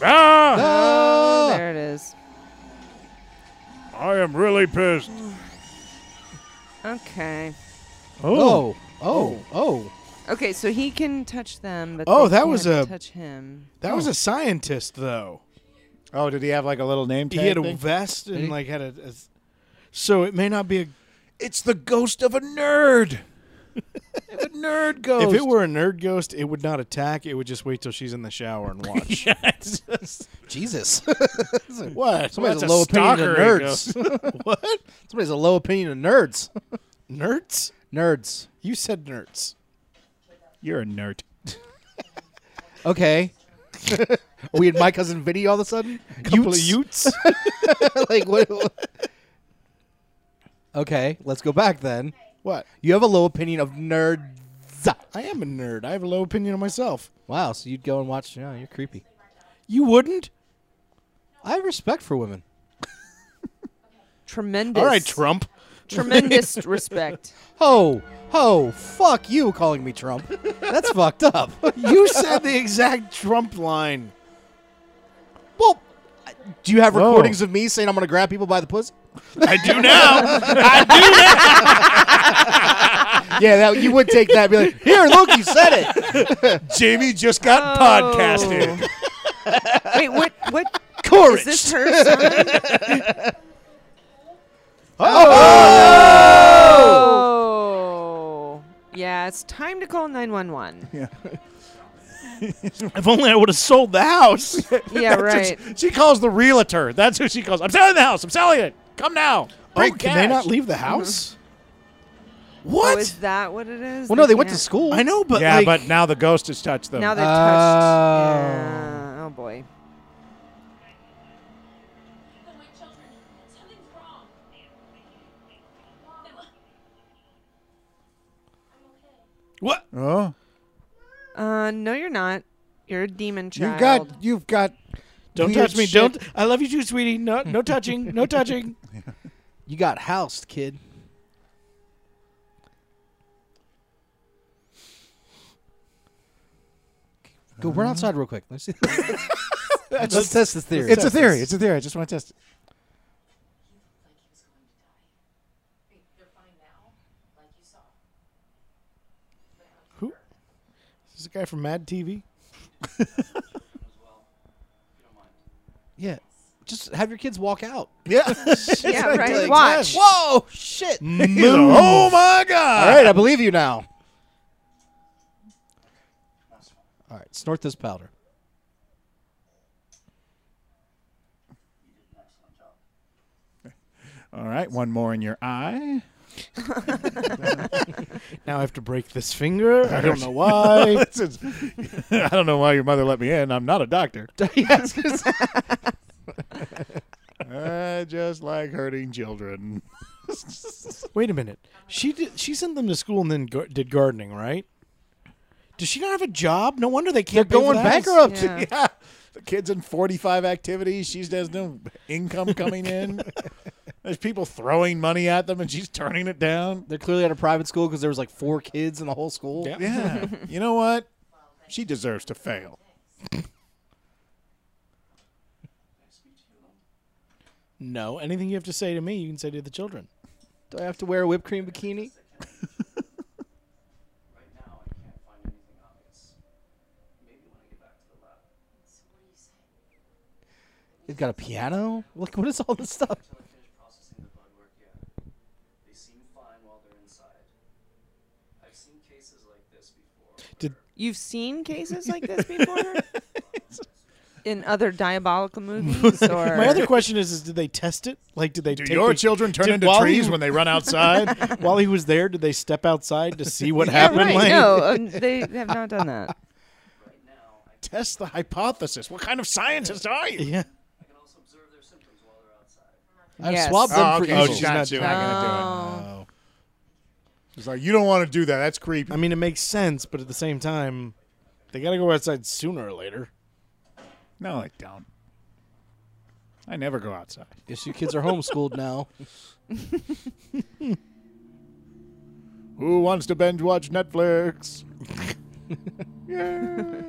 Ah,
oh, there it is.
I am really pissed.
Okay.
Oh. Oh. Oh.
Okay, so he can touch them, but
Oh,
they
that was
can't
a-
touch him.
That was a scientist, though.
Oh, did he have like a little name tag?
he had a
thing?
vest and like had a, a- So it may not be a.
it's the ghost of a nerd. a nerd ghost.
If it were a nerd ghost, it would not attack. It would just wait till she's in the shower and watch.
Jesus.
what?
Somebody's
That's
a low opinion of
stalkery
nerds.
ghost.
what?
Somebody's a low opinion of nerds.
Nerds?
Nerds.
You said nerds.
You're a nerd.
Okay. Are we in my cousin Vinny all of a sudden?
Couple
Utes?
of utes.
like what? okay, let's go back then.
what?
You have a low opinion of nerds.
I am a nerd. I have a low opinion of myself.
Wow, so you'd go and watch? Yeah, you're creepy.
You wouldn't?
I have respect for women.
Tremendous.
All right, Trump.
Tremendous respect.
Ho, ho, fuck you calling me Trump. That's fucked up.
You said the exact Trump line.
Well, do you have
Whoa.
recordings of me saying I'm going to grab people by the pussy?
I do now.
Yeah, that, you would take that and be like, here, look, you said it.
Jamie just got
Oh.
podcasted.
Wait, what? What?
Courage.
Is this her son? oh! Yeah, it's time to call 911.
If only I would have sold the house.
Yeah, right.
She calls the realtor. That's who she calls. I'm selling the house. I'm selling it. Come now. Bring
oh, can they
cash."
not leave the house?
Oh,
What?
is that what it is?
Well, no, they went to
can't-
school.
I know, but
yeah,
like,
but now the ghost has touched them.
Now they're
Oh.
touched. Yeah. Oh, boy.
But my children, something's wrong. They look-
what?
oh,
Uh, no, you're not. You're a demon
you
child.
got, you've got.
Don't
weird
touch me.
shit.
Don't. I love you too, sweetie. No, no touching. No touching.
You got housed, kid. Go run outside real quick. Let's see. Let's test this theory.
It's a theory. It's a theory. I just want to test it.
They're fine now, like you saw.
Who? Is this a guy from Mad TV?
yeah. Just have your kids walk out.
Yeah, right.
Like,
Watch.
Whoa, shit.
Mm.
All
oh my god!
right, I believe you now. All right, snort this powder.
All right, one more in your eye.
Now I have to break this finger. I don't know why.
This is- I don't know why your mother let me in. I'm not a doctor.
Yes, 'cause-
I Uh, just like hurting children.
Wait a minute. She did, she sent them to school and then gar- did gardening, right? Does she not have a job? No wonder they
They're
can't. pay for
going
the house.
bankrupt.
Yeah.
Yeah, the kid's in 45 activities. She has no income coming in. There's people throwing money at them, and she's turning it down.
They're clearly at a private school because there was like four kids in the whole school.
Yeah.
Yeah, you know what? She deserves to fail.
No. Anything you have to say to me, you can say to the children.
Do I have to wear a whipped cream bikini?
So what do you say?
It's got a piano. Look, what is all this stuff?
Until I finish processing the blood work, yeah. They seem fine while they're inside. I've seen cases like this before.
Did
You've seen cases like this before? In other diabolical movies or
My other question is: Is did they test it? Like, did they
Do
take
your
the-
children turn
did-
into
while he
trees
w-
when they run outside?
while he was there, did they step outside to see what
Yeah,
happened?
right,
Like-
No, um, they have not done that.
Test the hypothesis. What kind of scientist are you?
Yeah.
I can also observe their symptoms while they're outside.
I've
Yes. Oh,
swabbed them
Oh,
for
okay.
evil.
Oh, she's not doing it. Not
gonna
No.
It's like you don't want to do that. That's creepy.
I mean, it makes sense, but at the same time, they got to go outside sooner or later.
no, I don't. I never go outside.
Guess you kids are homeschooled now.
Who wants to binge watch Netflix?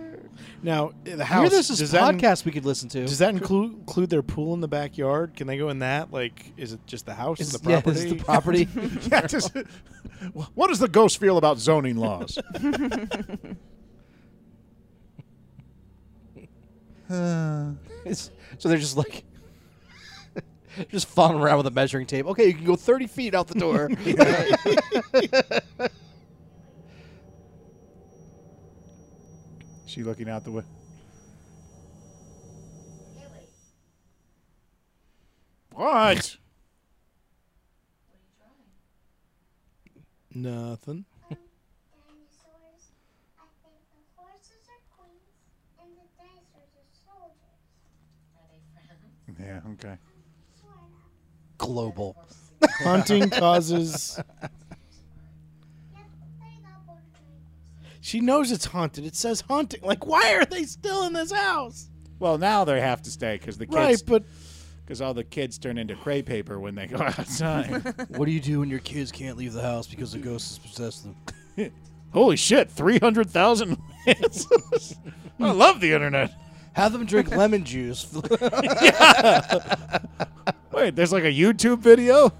Now, the
I
house.
hear this is
does
a
that in-
podcast we could listen to.
Does that include include their pool in the backyard? Can they go in that? Like, is it just the house
Is-
and the
yeah,
property?
is the property.
yeah, just, what does the ghost feel about zoning laws?
It's- so they're just like just fooling around with a measuring tape. Okay, you can go 30 feet out the door.
she looking out the window.
Haley,
What?
what are you drawing?
Nothing.
Um, dinosaurs. I think the horses are queens and the dinosaurs are soldiers.
Are they friends?
Yeah. Okay.
Sort of.
Global.
Hunting causes.
Yep, they got border triangles.
She knows it's haunted. It says haunting. Like, why are they still in this house?
Well, now they have to stay because the
Right,
kids,
but
because all the kids turn into cray paper when they go outside.
What do you do when your kids can't leave the house because the ghost has possessed them?
Holy shit! Three hundred thousand. I love the internet.
Have them drink lemon juice.
Wait, there's like a YouTube video.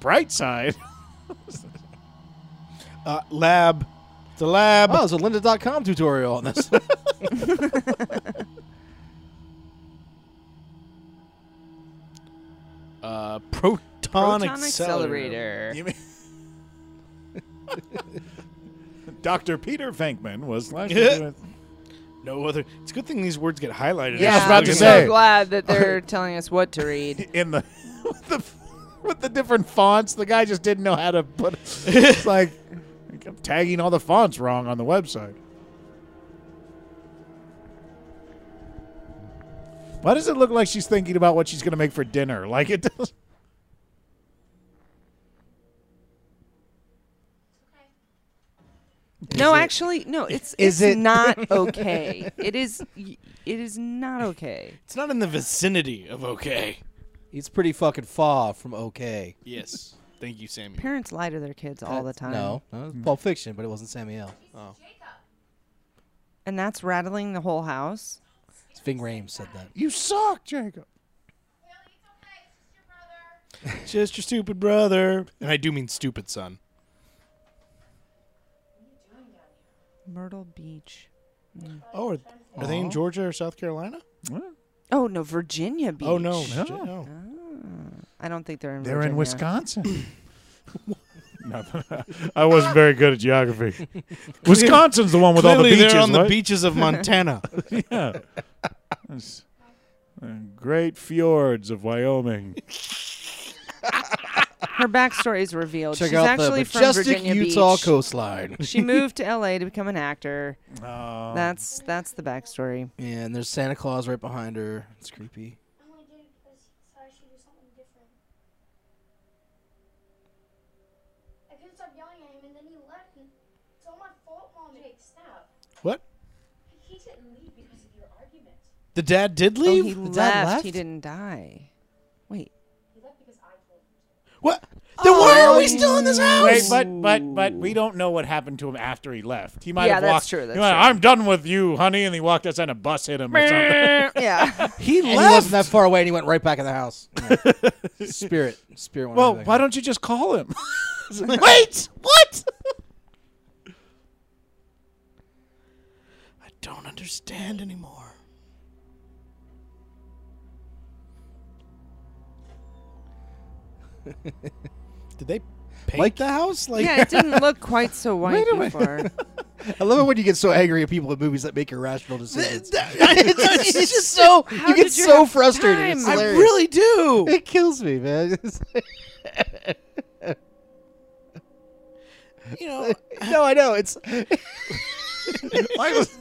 Bright side.
uh, lab. The lab.
Oh, it's a lynda.com tutorial on this.
Uh, proton,
Proton
accelerator.
accelerator.
You mean? Dr. Peter Venkman was last year.
No other. It's a good thing these words get highlighted.
Yeah, I was
Just
about
looking
to
I'm
say.
at-
so glad that they're telling us what to read.
in the with the with the different fonts. The guy just didn't know how to put. It's like I'm tagging all the fonts wrong on the website. Why does it look like she's thinking about what she's going to make for dinner? Like it does.
Okay.
No, actually, no. It's
Is
it's
it-
not okay. It is y- it is not okay.
It's not in the vicinity of okay.
He's pretty fucking far from okay.
Yes. Thank you, Sammy.
Parents lie to their kids all the time.
No, no,
Hmm.
it's Pulp Fiction, but it wasn't Samuel.
Oh. Jacob.
and that's rattling the whole house.
It's Ving Rhames said that.
You suck, Jacob.
Haley, it's okay. It's just your brother.
Just your stupid brother. And I do mean stupid son.
Myrtle Beach.
Oh, are, are they in Georgia or South Carolina?
Oh no, Virginia Beach.
Oh no,
No.
Shit, no.
I don't think they're in.
They're
Virginia.
in Wisconsin. no, I wasn't very good at geography. Wisconsin's the one with all the
Clearly
beaches,
they're on the
right?
beaches of Montana.
yeah. That's- uh, great fjords of Wyoming.
Her backstory is revealed.
Check
She's
out
actually
the majestic
from Virginia
Utah
Beach.
coastline.
She moved to L.A. to become an actor.
Oh.
That's that's the backstory.
Yeah, and there's Santa Claus right behind her. It's creepy.
I only did it because he thought I should do something different. I couldn't stop yelling at him and then he left. And it's all my fault, Mommy.
Jake, stop.
what?
He didn't leave because of your argument.
The dad did
Oh,
leave?
he
The
left.
dad
He
left?
didn't die. Wait.
He left because I told him. to.
what? Then why are we still in
Oh.
this house?
Wait, but but but we don't know what happened to him after he left. He might
Yeah,
have
that's
walked.
true,
he
that's
might-
true.
I'm done with you, honey, and he walked outside and a bus hit him or something.
yeah.
He left. He wasn't that far away, and he went right back in the house. Yeah. Spirit, spirit. went right
well,
back
why
in.
don't you just call him? Wait, what?
I don't understand anymore. Did they paint
Like-
the house? Like
yeah, it didn't look quite so white
Wait a minute.
before.
I love it when you get so angry at people in movies that make irrational decisions. it's, just, it's just so
How
you get
did you
so
have
frustrated. It's
time? I
hilarious.
really do.
It kills me, man. It's like-
you know,
no, I know. It's
Mike's,
Mike's-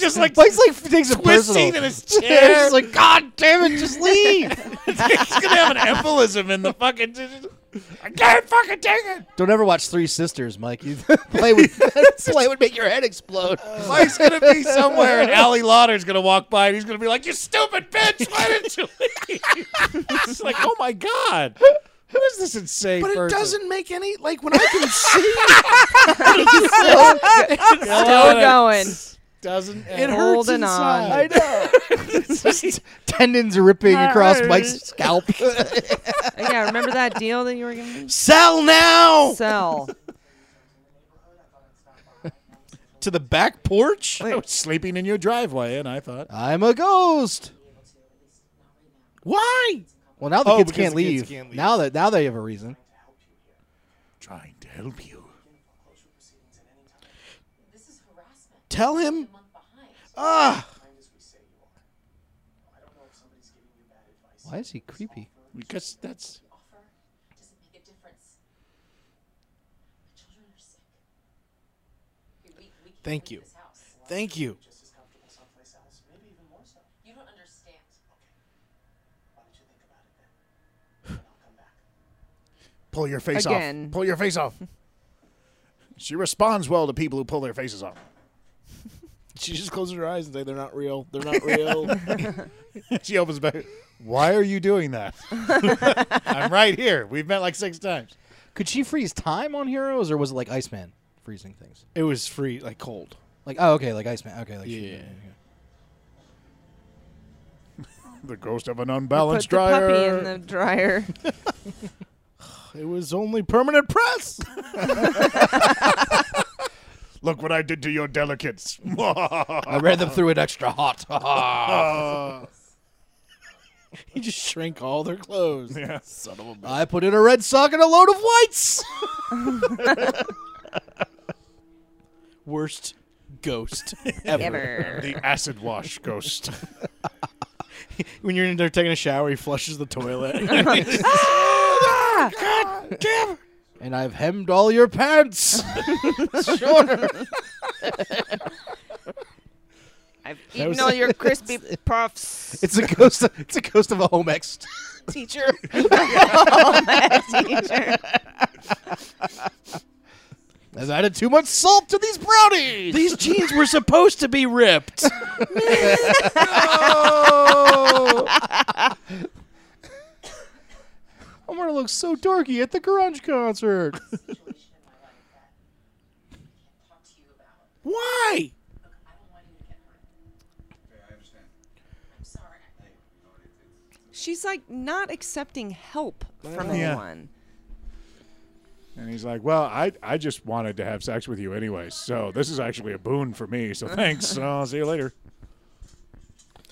just like
Mike's like takes it
twisting
personal.
in his
It's
chair.
like God damn it, just leave.
He's gonna have an embolism in the fucking. I can't fucking take it.
Don't ever watch Three Sisters, Mike. You play would play would make your head explode.
Mike's gonna be somewhere, and Allie Lauder's gonna walk by, and he's gonna be like, "You stupid bitch! Why didn't you leave?" it's like, oh my god, who is this insane?
but it
person?
doesn't make any like when I can see
It's
Still
doing it.
going.
Doesn't
it
end.
hurts
Holding
inside.
on.
I know. It's just tendons ripping across Mike's scalp.
yeah, remember that deal that you were gonna
Sell now.
sell?
to the back porch.
I was sleeping in your driveway, and I thought,
I'm a ghost.
Why?
Well, now the
Oh,
kids
because
can't
the
leave.
kids can't leave.
Now that now they have a reason.
trying to help you.
This is harassment.
Tell him.
A month behind.
Ah,
Why is he creepy?
Because that's
Offer doesn't make a difference. My children are sick. Here, we, we can't
Thank
leave
you.
This house.
thank you.
You don't understand.
pull your face
Again.
off. Pull your face off. She responds well to people who pull their faces off.
She just closes her eyes and say, "They're not real. They're not real."
she opens back. Why are you doing that? I'm right here. We've met like six times.
Could she freeze time on heroes, or was it like Iceman freezing things?
it was free, like cold.
Like oh, okay, like Iceman. Okay, like she-
Yeah.
The ghost of an
Put
unbalanced
the
dryer.
puppy in the dryer.
It was only permanent press.
Look what I did to your delicates.
I read them through an extra hot.
he just shrank all their clothes.
Yeah.
Son of a bitch.
I put in a red sock and a load of whites.
worst ghost ever.
Ever.
the acid wash ghost.
When you're in there taking a shower, he flushes the toilet.
and I've hemmed all your pants. sure.
I've eaten all your crispy puffs.
It's a ghost. Of, it's a ghost of a home ex teacher. I've added too much salt to these brownies.
These jeans were supposed to be ripped. Oh.
I'm gonna look so dorky at the grunge concert.
Situation in my life that I can't talk to you about.
Why?
Look, I don't want you to get hurt. I'm sorry.
She's like not accepting help from
Yeah.
anyone.
And he's like, "Well, I I just wanted to have sex with you anyway, so this is actually a boon for me. So thanks. I'll see you later."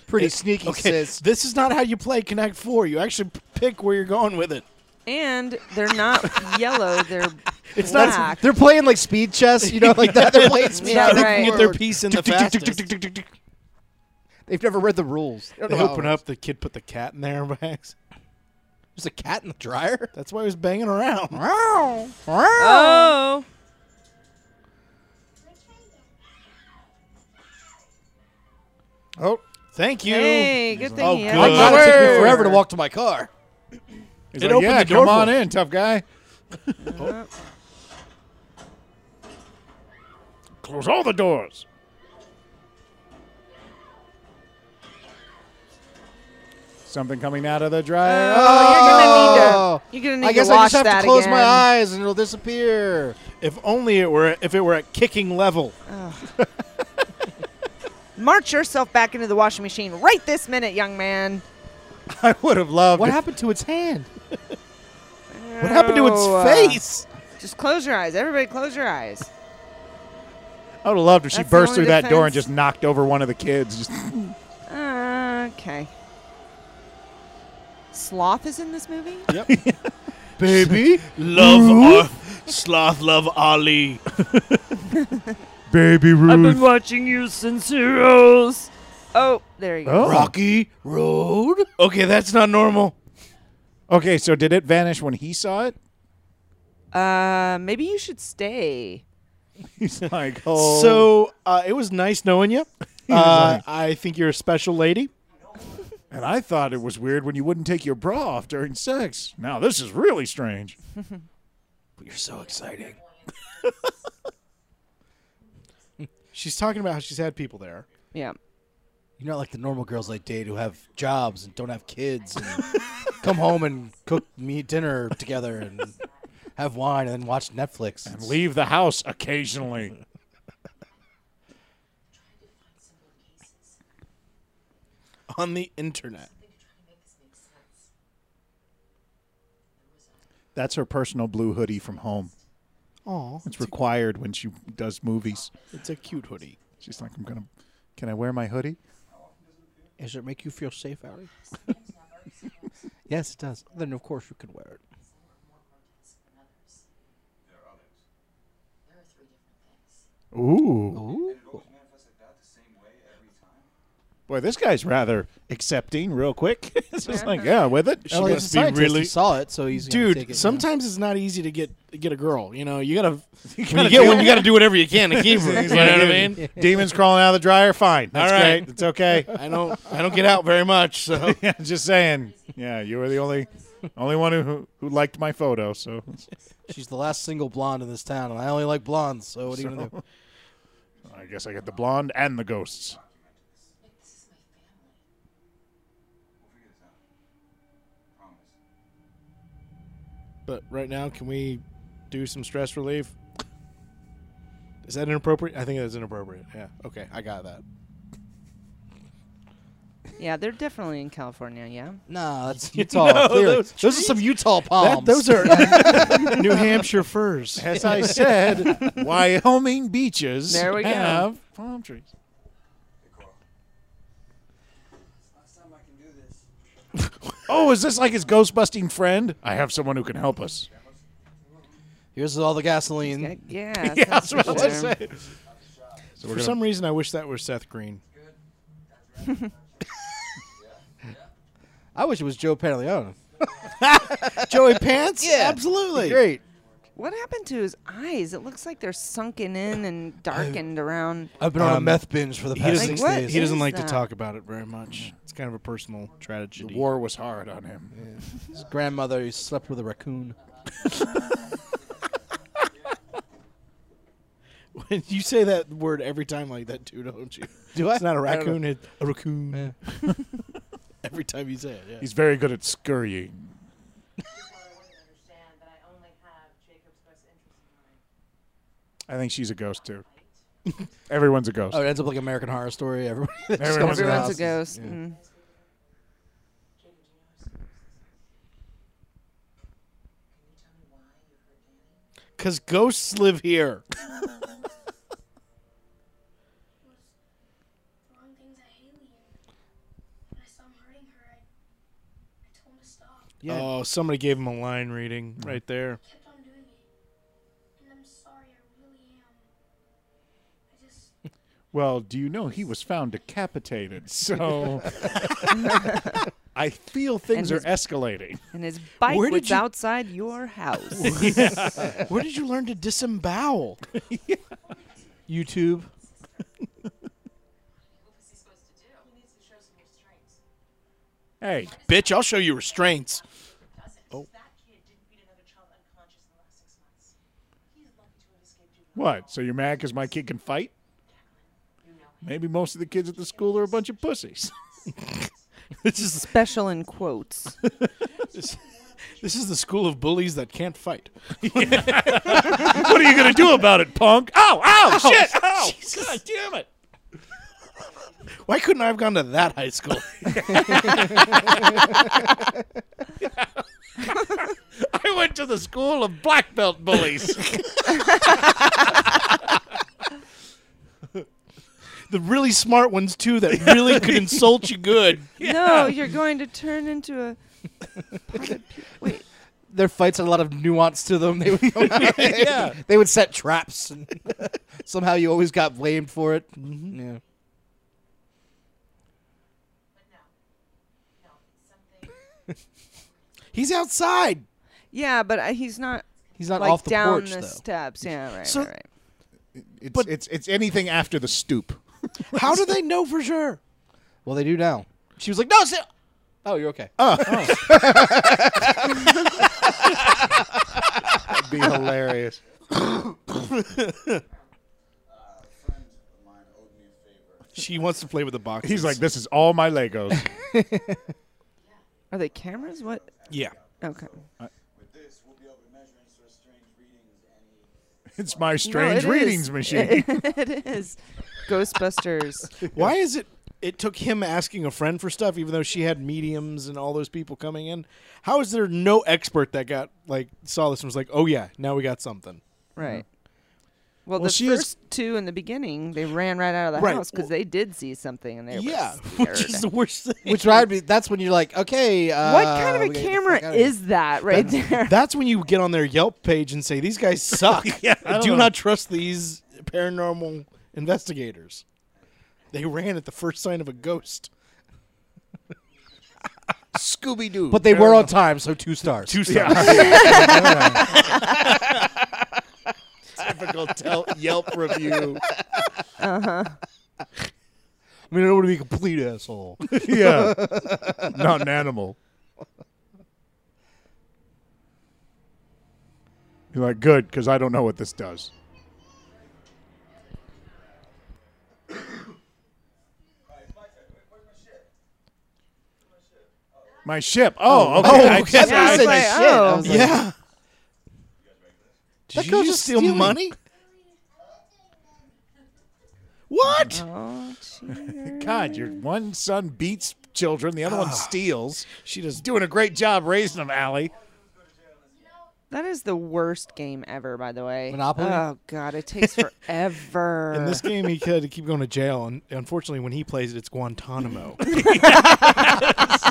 Pretty sneaky, sis.
This is not how you play Connect Four. You actually p- pick where you're going with it.
And they're not yellow, they're
It's not-
black.
They're playing like speed chess, you know, like that. They're playing speed.
Yeah,
They
chess.
right.
can get their piece in the fastest.
They've never read the rules.
They open up. The kid put the cat in there. by accident.
There's a cat in the dryer.
That's why he was banging around.
oh.
Oh,
Thank you.
Hey, good thing
Oh,
he
good.
had
My God, it took me
Word.
forever to walk to my car.
he's
It
like,
opened
"Yeah,
the door
come
for
on
him."
in, tough guy." Close all the doors. Something coming out of the
Uh,
dryer.
Oh, you're gonna Oh, need to. You're gonna need
I guess
to watch
I just have
that
to close
again.
my eyes and it'll disappear.
If only it were. If it were at kicking level.
March yourself back into the washing machine right this minute, young man.
I would have loved.
What
it.
happened to its hand?
What happened to its
Oh, uh,
face?
Just close your eyes, everybody. Close your eyes.
I would have loved if she
That's the
burst
only
through that door and
defense.
just knocked over one of the kids. Just
Okay. Sloth is in this movie.
Yep.
baby.
love
Ruth.
Ar- sloth love Ali.
baby
I've
Ruth.
been watching you since Heroes. Oh, there you go.
Rocky Road.
Okay, that's not normal.
Okay, so did it vanish when he saw it? Oh.
Uh, maybe you should stay.
He's like, oh.
So uh, it was nice knowing you. Uh, I think you're a special lady.
And I thought it was weird when you wouldn't take your bra off during sex. Now this is really strange.
But you're so exciting. she's talking about how she's had people there.
Yeah.
You're not like the normal girls I date who have jobs and don't have kids and come home and cook me dinner together and have wine and then watch Netflix.
And leave the house occasionally.
on the internet.
That's her personal blue hoodie from home.
Aw.
It's required when she does movies.
It's a cute hoodie.
She's like, I'm gonna. Can I wear my hoodie?
Does it make you feel safe, Allie?
Yes, it does. Then of course you can wear it.
Ooh. Boy, this guy's rather accepting, real quick. it's just like, yeah, with it.
She must be really-
He saw it, so he's gonna
Dude,
Take it, you know?
sometimes it's not easy to get get a girl. You know, you gotta when
gotta
you get
do
one,
it.
you gotta do whatever you can to keep her. you know what I mean?
Demons crawling out of the dryer, fine. That's
All right.
great. It's okay.
I don't I don't get out very much. So
yeah, just saying. Yeah, you were the only only one who who liked my photo. So
She's the last single blonde in this town, and I only like blondes. So what are you gonna do?
I guess I get the blonde and the ghosts.
but right now, can we do some stress relief? Is that inappropriate? I think that's inappropriate. Yeah. Okay, I got that.
Yeah, they're definitely in California. Yeah.
Nah, that's Utah. clearly.
those
Those, are some Utah palms.
those are New Hampshire firs.
As I said, Wyoming beaches
There we go.
have palm trees.
Last time I can do this.
Oh, is this like his ghost busting friend? I have someone who can help us.
Here's all
Mm.
the
Yeah.
gasoline.
yeah
that's
for
what I was
sure.
saying. So
For some reason, I wish that were Seth Green.
I wish it was Joe Pantaleone.
Joey Pants? Yeah. Absolutely.
Great.
What happened to his eyes? It looks like they're sunken in and darkened
Oh.
around.
I've been on a meth binge for the
He
past
doesn't,
six
what
days.
he doesn't
is
like
that?
to talk about it very much. It's kind of a personal tragedy.
the war was hard on him.
His grandmother he slept with a raccoon.
you say that word every time like that too, don't you?
Do I?
It's not a
I don't know.
raccoon. It's a raccoon. every time you say it, yeah.
He's very good at scurrying.
understand that I only have Jacob's best interest in mind.
I think she's a ghost too. Everyone's a ghost.
Oh, it ends up like American Horror Story. Everybody.
Everyone's a
Everyone's a
ghost.
ghost. Mm.
Jacob, do you know who's Can you tell me why you hurt Danny?
Because ghosts live here.
Throwing things at Alien. When I saw him hurting her, I, I told him to stop.
Oh, somebody gave him a line reading right there.
He kept on doing it. And I'm sorry, I really am. I just.
Well, do you know he was found decapitated? So I feel things are
And
escalating.
And his bike
Where did
was
you-
outside your house.
Where did you learn to disembowel?
YouTube.
What was he supposed to do? He needs to show some restraints.
Hey,
Bitch, I'll show you restraints.
Doesn't. That kid didn't beat another child unconscious in the last six months. He's lucky to have escaped you.
what? So you're mad because my kid can fight? Maybe most of the kids at the school are a bunch of pussies.
This is
Special in quotes.
this is the school of bullies that can't fight.
what are you gonna do about it, punk? Ow! Ow! shit! Ow! God damn it!
Why couldn't I have gone to that high school?
I went to the school of black belt bullies.
the really smart ones too that really could insult you good.
No, you're going to turn into a. pot of pe- Wait,
their fights had a lot of nuance to them. They would, come out and
Yeah.
they would set traps, and somehow you always got blamed for it. Yeah. He's outside.
Yeah, but uh, he's not.
He's not
like,
off the
down
porch,
the
though.
steps. Yeah, right,
So-
right, right.
It's, it's it's anything after the stoop.
How do they know for sure? Well, they do now. She was like, "No, sit." Oh, you're okay.
That'd be hilarious.
She wants to play with the box.
He's like, this is all my Legos.
Are they cameras? What?
Yeah.
Okay.
It's my
No, it
strange
is.
readings machine.
it is. Ghostbusters.
Why is it? It took him asking a friend for stuff, even though she had mediums and all those people coming in. How is there no expert that got like saw this and was like, "Oh yeah, now we got something."
Right. Well,
Well,
the
she is-
first two in the beginning, they ran right out of the
Right,
house because they did see something and they were
Yeah,
scared.
which is the worst thing.
Which I'd be. That's when you're like, okay. Uh,
what kind of
we gotta
a
get the fuck
camera
outta here.
is that right there?
That's when you get on their Yelp page and say, "These guys suck.
I don't
do
know.
not trust these paranormal investigators." They ran at the first sign of a ghost.
Scooby Doo.
But they were on time, so two stars.
Two stars.
typical tel- Yelp review.
I mean, I don't want to be a complete asshole.
Yeah, not an animal. You're like good because I don't know what this does. My ship. Oh, okay. I-
Yeah, I was like, oh.
yeah.
That
Did
girl's
you
just
just steal
stealing.
money? What?
Oh, cheater.
God, your one son beats children, the other one steals.
She does.
Doing a great job raising them, Allie.
that is the worst game ever, by the way.
Monopoly?
Oh god, it takes forever.
In this game, he had to keep going to jail, and unfortunately, when he plays it, it's Guantanamo.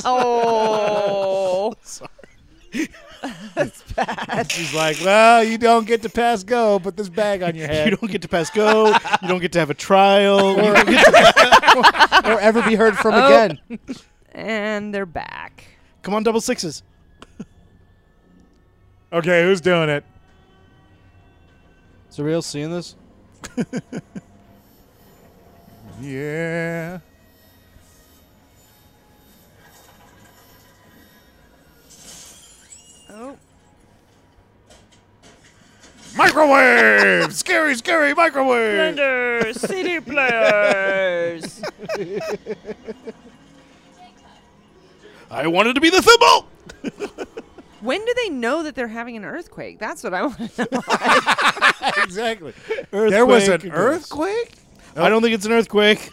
oh,
He's like, well, you don't get to pass go, put this bag on your
you
head.
don't get to pass go. You don't get to have a trial. you don't get to-
or ever be heard from again.
and they're back.
Come on, double sixes.
Okay, who's doing it?
Is the real seeing this?
Yeah.
Oh,
Microwave! scary, scary microwave!
Blender CD Uh, players.
I wanted to be the thimble.
when do they know that they're having an earthquake? That's what I want to know.
exactly. There was an
Earthquake.
earthquake?
I don't think it's an earthquake.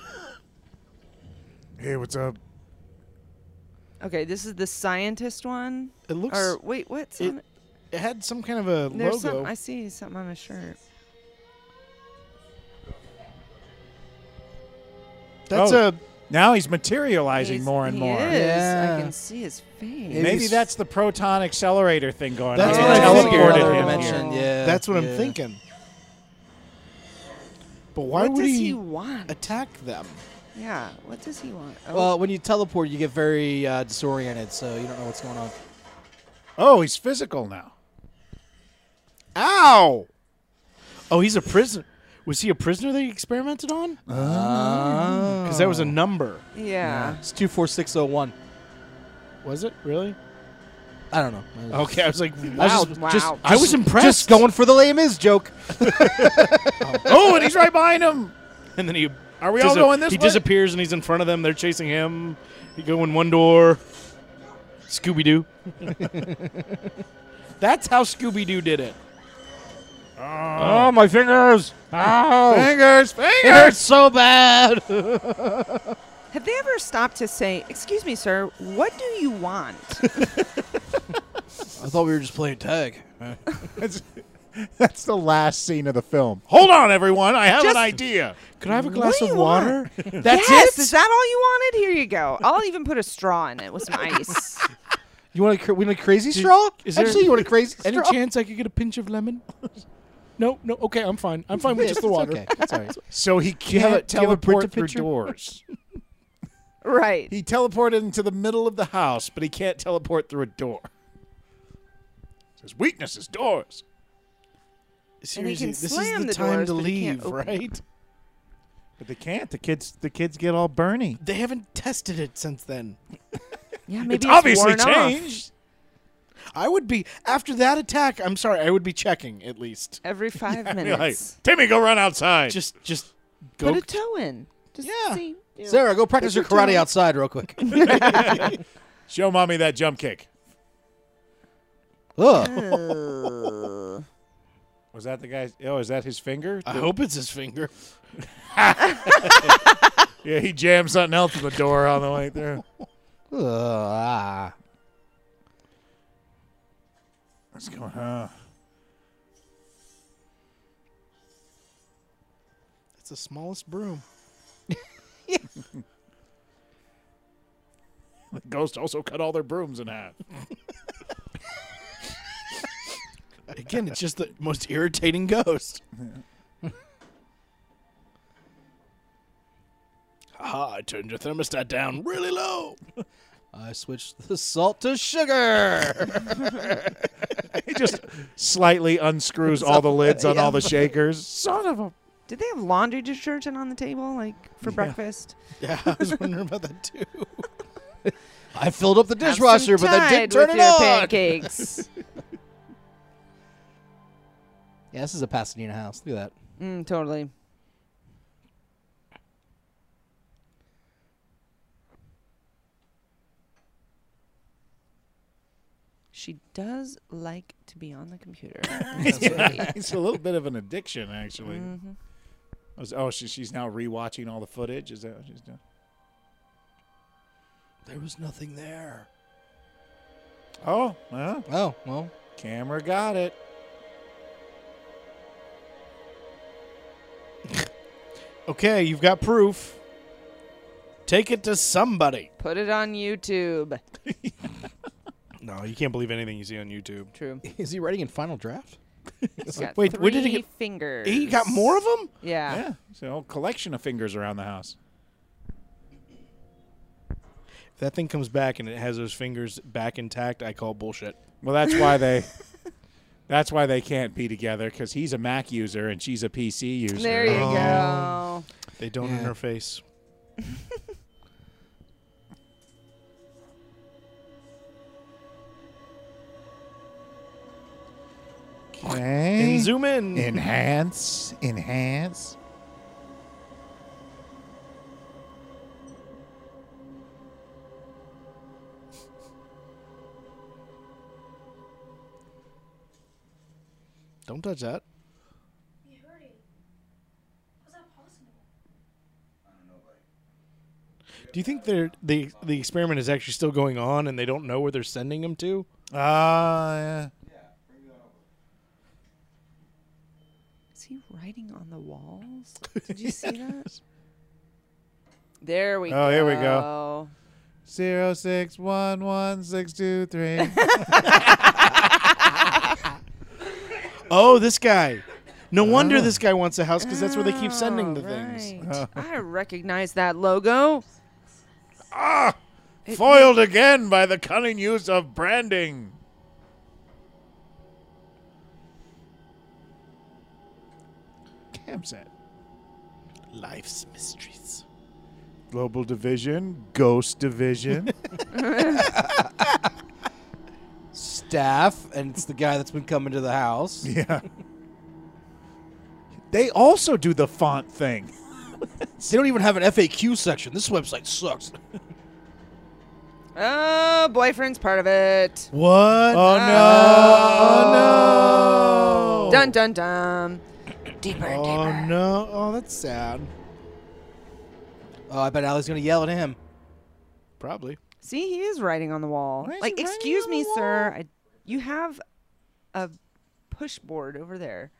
Hey, what's up?
Okay, this is the scientist one.
It looks.
Or wait, what's on it?
it had some kind of a
There's
logo.
something I see something on a shirt.
That's
Oh.
a.
Now he's materializing
He's-
more and
he
more.
Is.
Yeah.
I can see his face.
Maybe that's the proton accelerator thing going
That's
on.
what
It
I think.
teleported
Another
him
dimension.
here.
Yeah,
That's what
yeah.
I'm thinking. But why
What
would
does
he,
he want?
attack them?
Yeah, what does he want? Oh,
Well, when you teleport, you get very uh, disoriented, so you don't know what's going on.
Oh, he's physical now.
Ow! Oh, he's a prisoner. Was he a prisoner they experimented on? Because that was a number.
yeah.
It's two four six zero one.
Was it really?
I don't know.
Okay, I was like,
Wow,
wow. Just,
wow.
just- I was impressed.
Just going for the lame is joke.
oh, and he's right behind him.
and then he.
Are we all
disa-
going this
He
way?
disappears and he's in front of them. They're chasing him. He go in one door. Scooby Doo. That's how Scooby Doo did it. Oh, my fingers! Ow!
Fingers, fingers.
so bad.
Have they ever stopped to say, "Excuse me, sir, what do you want?"
I thought we were just playing tag.
That's, that's the last scene of the film. Hold on, everyone. I have
Just-
an idea.
Could I have a
What
glass
do
of
you
water?
That's yes, is that all you wanted? Here you go. I'll even put a straw in it with some ice.
You want a, cra- we want a crazy straw? Actually, you want a crazy
any
straw?
chance I could get a pinch of lemon? No, no. Okay, I'm fine. I'm fine with
Yes,
just the
it's
water.
okay. It's all right.
So he
you have a-
can't
do you have a printer
teleport through
picture?
doors.
Right.
He teleported into the middle of the house, but he can't teleport through a door. His weakness is doors.
And he
Seriously,
can
this is
slam
the,
the
time
doors,
to
but he can't
leave,
open them.
right?
But they can't. The kids the kids get all Bernie.
They haven't tested it since then.
Yeah, maybe it's,
obviously
worn off.
changed.
I would be after that attack. I'm sorry. I would be checking at least.
every five
You're like,
minutes.
Timmy, go run outside.
Just, just go.
Put a toe in. Just
Yeah.
see. you know.
Sarah, go practice your
Put your
karate
toe-
outside real quick.
Show mommy that jump kick.
Ugh.
Ugh.
Was that the guy? Oh, is that his finger?
I hope it's his finger.
Yeah, he jammed something else in the door on the way through.
Ugh, ah.
What's going on?
It's the smallest broom.
The ghost also cut all their brooms in half.
Again, it's just the most irritating ghost. Ah, I turned your thermostat down really low.
I switched the salt to sugar.
He just slightly unscrews all the lids on all the shakers. Son of a.
Did they have laundry detergent on the table, like for breakfast?
Yeah, I was wondering about that too.
I filled up the
Have some
dishwasher, but that
Tide
didn't turn
with
it
your
on.
Pancakes.
Yeah, this is a Pasadena house. Look at that.
mm, totally. She does like to be on the computer.
It's a little bit of an addiction, actually. I was- Oh, she, she's now rewatching all the footage. Is that what she's doing?
There was nothing there.
Oh, well,
Oh, well.
camera got it.
Okay, you've got proof. Take it to somebody.
Put it on YouTube.
No, you can't believe anything you see on YouTube.
True.
Is he writing in final draft?
It's got
Wait,
three
where did he get-
fingers?
He got more of them?
Yeah.
Yeah, it's a whole collection of fingers around the house.
If that thing comes back and it has those fingers back intact, I call bullshit.
Well, that's why they. That's why they can't be together because he's a Mac user and she's a PC user.
There you go.
They don't interface.
Okay.
And zoom in.
Enhance. Enhance.
Don't touch that.
We heard it. How's that possible?
Do you think they're, the the experiment is actually still going on and they don't know where they're sending him to?
Ah, yeah.
Is he writing on the walls? Did you see that? There we go.
Oh, here we go. Zero six one one six two three.
Oh, this guy. No wonder this guy wants a house because that's where they keep sending the things.
Oh, Right. I recognize that logo.
Foiled again by the cunning use of branding. Campset.
Life's mysteries.
Global Division, Ghost Division.
Staff, and it's the guy that's been coming to the house.
yeah. They also do the font thing.
They don't even have an FAQ section. This website sucks.
Oh, boyfriend's part of it.
What?
Uh,
Oh,
Oh,
Oh,
Dun dun dun. Deeper and deeper.
Oh no! Oh, that's sad.
Oh, I bet Allie's going to yell at him.
Probably.
See, he is writing on the wall.
is
Like,
he writing
excuse
on
me,
the
sir. I, you have a push board over there.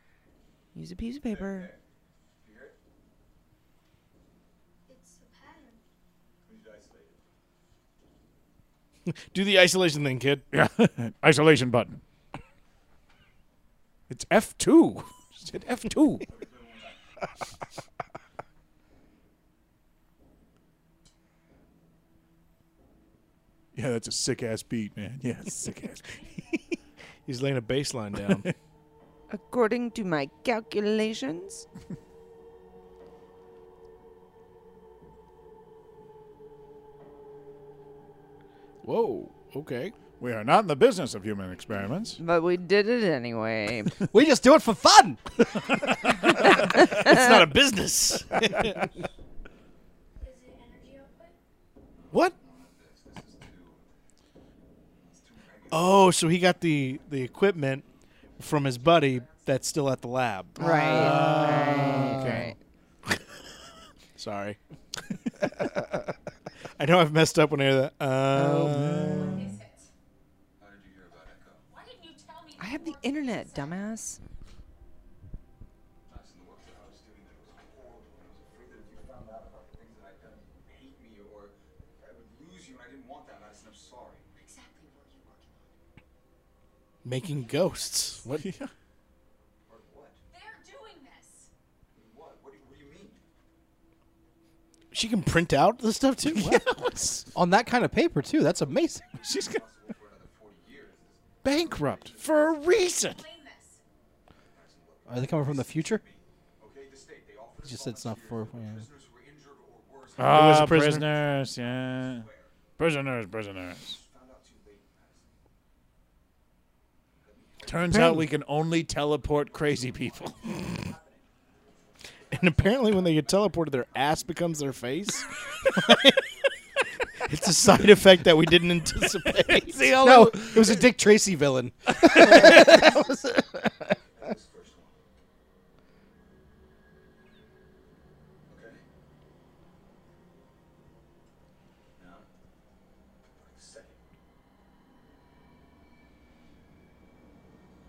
Use a piece of paper.
It's a pattern.
Do the isolation thing, kid.
Yeah. Isolation button. It's F2. Just hit F2. yeah, that's a sick ass beat, man. Yeah, sick ass beat.
He's laying a bass line down.
According to my calculations,
Whoa. Okay.
We are not in the business of human experiments.
but we did it anyway.
we just do it for fun.
it's not a business. what? Oh, so he got the the equipment from his buddy that's still at the lab.
Right.
Ah, okay.
right.
Sorry. I know I've messed up when I hear that. Um,
I have the internet, dumbass.
making ghosts. What?
They're doing this.
She can print out the stuff too. Wow.
On that kind of paper too. That's amazing.
She's gonna bankrupt for a reason.
Are they coming from the future? You just said it's not for. yeah.
was
Ah,
a prisoner.
prisoners, yeah. Prisoners, prisoners. Turns out we can only teleport crazy people.
And apparently, when they get teleported, their ass becomes their face. it's a side effect that we didn't anticipate.
No, it was a Dick Tracy villain.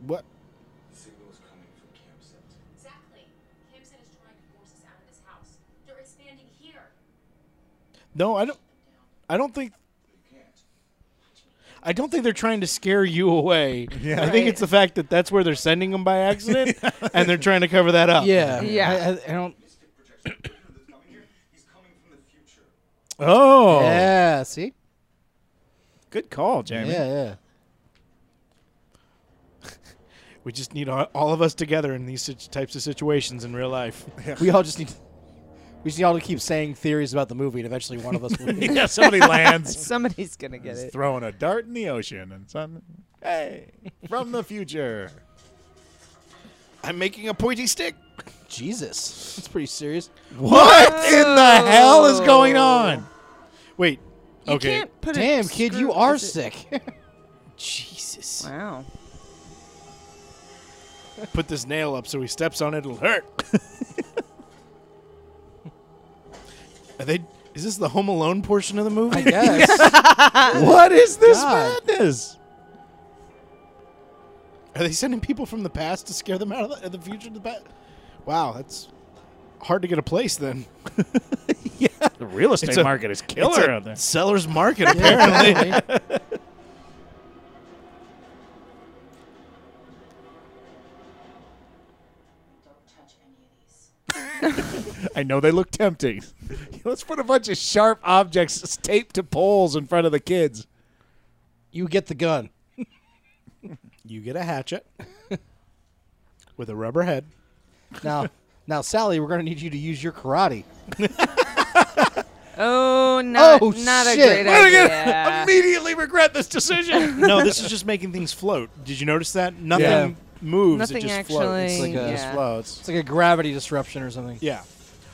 What?
Exactly. Cam said his drawing could force us out of this house. They're expanding here.
No, I don't. I don't think. I don't think they're trying to scare you away. I think it's the fact that that's where they're sending them by accident, and they're trying to cover that up.
Yeah.
Yeah.
I, I, I don't.
Oh.
Yeah. See.
Good call, Jamie.
Yeah. Yeah.
We just need all, all of us together in these such types of situations in real life.
We all just need. We just need all to keep saying theories about the movie, and eventually one of us will.
Yeah, somebody lands,
Somebody's gonna get it.
throwing a dart in the ocean, and some hey from the future.
I'm making a pointy stick.
Jesus, that's pretty serious.
What in the hell is going on?
Wait.
You
okay.
can't put a
Damn, kid,
screw-
you are
is it-
sick.
Jesus.
Wow.
put this nail up so he steps on it, it'll hurt. Are they? Is this the Home Alone portion of the movie?
yes.
What is this
God.
madness?
Are they sending people from the past to scare them out of the, of the future to the past? Wow, that's hard to get a place then.
The real estate
a-
market is
It's
killer
a
out there.
Seller's market apparently.
Don't touch any of these.
I know they look tempting. Let's put a bunch of sharp objects taped to poles in front of the kids.
you get the gun.
you get a hatchet with a rubber head.
Now, now, Sally, we're gonna need you to use your karate.
Oh, not,
Oh,
not a
shit.
great idea.
Immediately regret this decision.
No, this is just making things float. Did you notice that? Nothing
Yeah.
moves.
Nothing
it just
actually.
floats.
like a-
yeah.
Just
Explodes.
It's like a gravity disruption or something.
Yeah.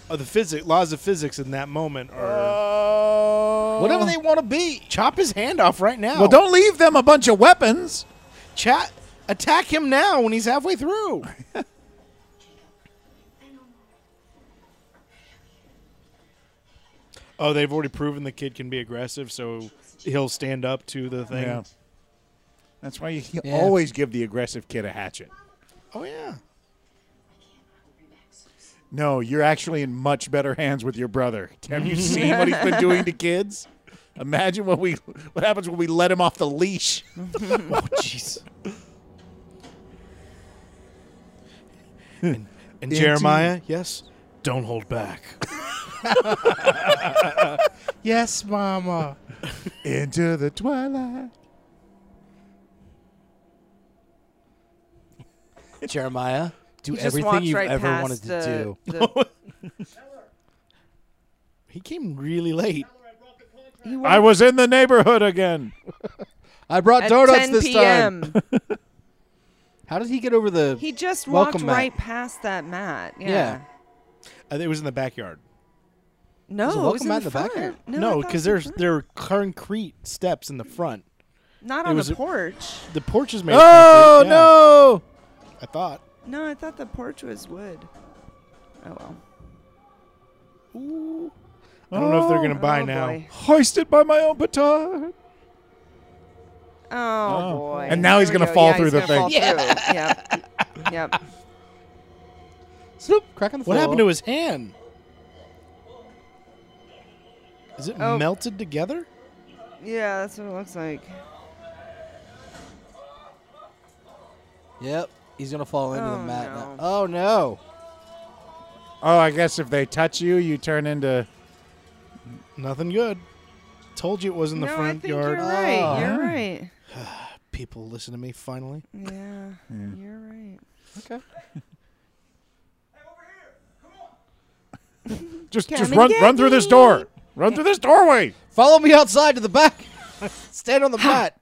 Oh, the physics laws of physics in that moment are
Oh.
whatever they want to be. Chop his hand off right now.
Well, don't leave them a bunch of weapons.
chat. Attack him now when he's halfway through. oh, they've already proven the kid can be aggressive, so he'll stand up to the thing.
Yeah. That's why you
Yeah.
always give the aggressive kid a hatchet.
Oh yeah.
No, you're actually in much better hands with your brother. Have you seen what he's been doing to kids? Imagine what we what happens when we let him off the leash. oh
jeez. And, and Jeremiah, yes, don't hold back.
yes, Mama.
Into the twilight.
Jeremiah, do
He just
everything
walks
you've
right
ever
past
wanted to
the-
do.
the-
he came really late.
He
I was in the neighborhood again.
I brought
At
donuts
10
this
p.m..
time. How did he get over the?
He just walked
welcome mat?
right past that mat. Yeah.
Uh, it was in the backyard.
No,
Is it
it
welcome
was in
mat
the,
in the
front.
backyard?
No, I
No,
thought it
because
was in
there's
front.
there are concrete steps in the front.
not
it
on
was
the
a-
porch.
The porch is made. of
Oh
concrete, yeah.
no!
I thought.
No, I thought the porch was wood. Oh well.
I don't know if they're gonna
Oh,
buy
oh,
now.
boy.
Hoisted by my own petard.
Oh,
Oh.
boy.
And now he's
Here we
gonna
go.
fall
Yeah,
through
he's
the
gonna
thing.
fall through. yep. Yep.
Snoop, crack on the
What
floor.
happened to his hand? Is it
Oh.
melted together?
Yeah, that's what it looks like.
Yep, he's gonna fall into the
Oh,
mat. now.
no.
Oh no!
Oh, I guess if they touch you, you turn into.
Nothing good. Told you it was in the
no, I
front
think
yard.
you're
Ah.
right. You're right.
People listen to me finally.
Yeah, you're right.
Just
Come
just
and
run
get
run through this
me.
door. Run through this doorway.
Follow me outside to the back. Stand on the mat.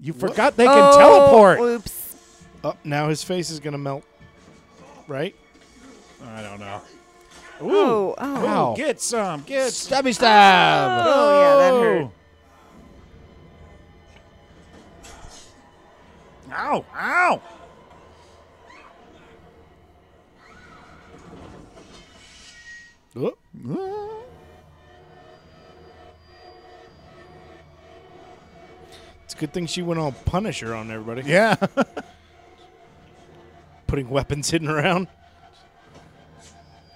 You forgot they can
Oh.
teleport.
Oops.
Oh, now his face is gonna melt. Right?
I don't know.
Oh, oh.
Wow. Get some. Get some.
Stabby stab.
Oh, yeah, that hurt.
Ow! Ow!
Oh, It's a good thing she went all Punisher on everybody.
Yeah.
Putting weapons hidden around.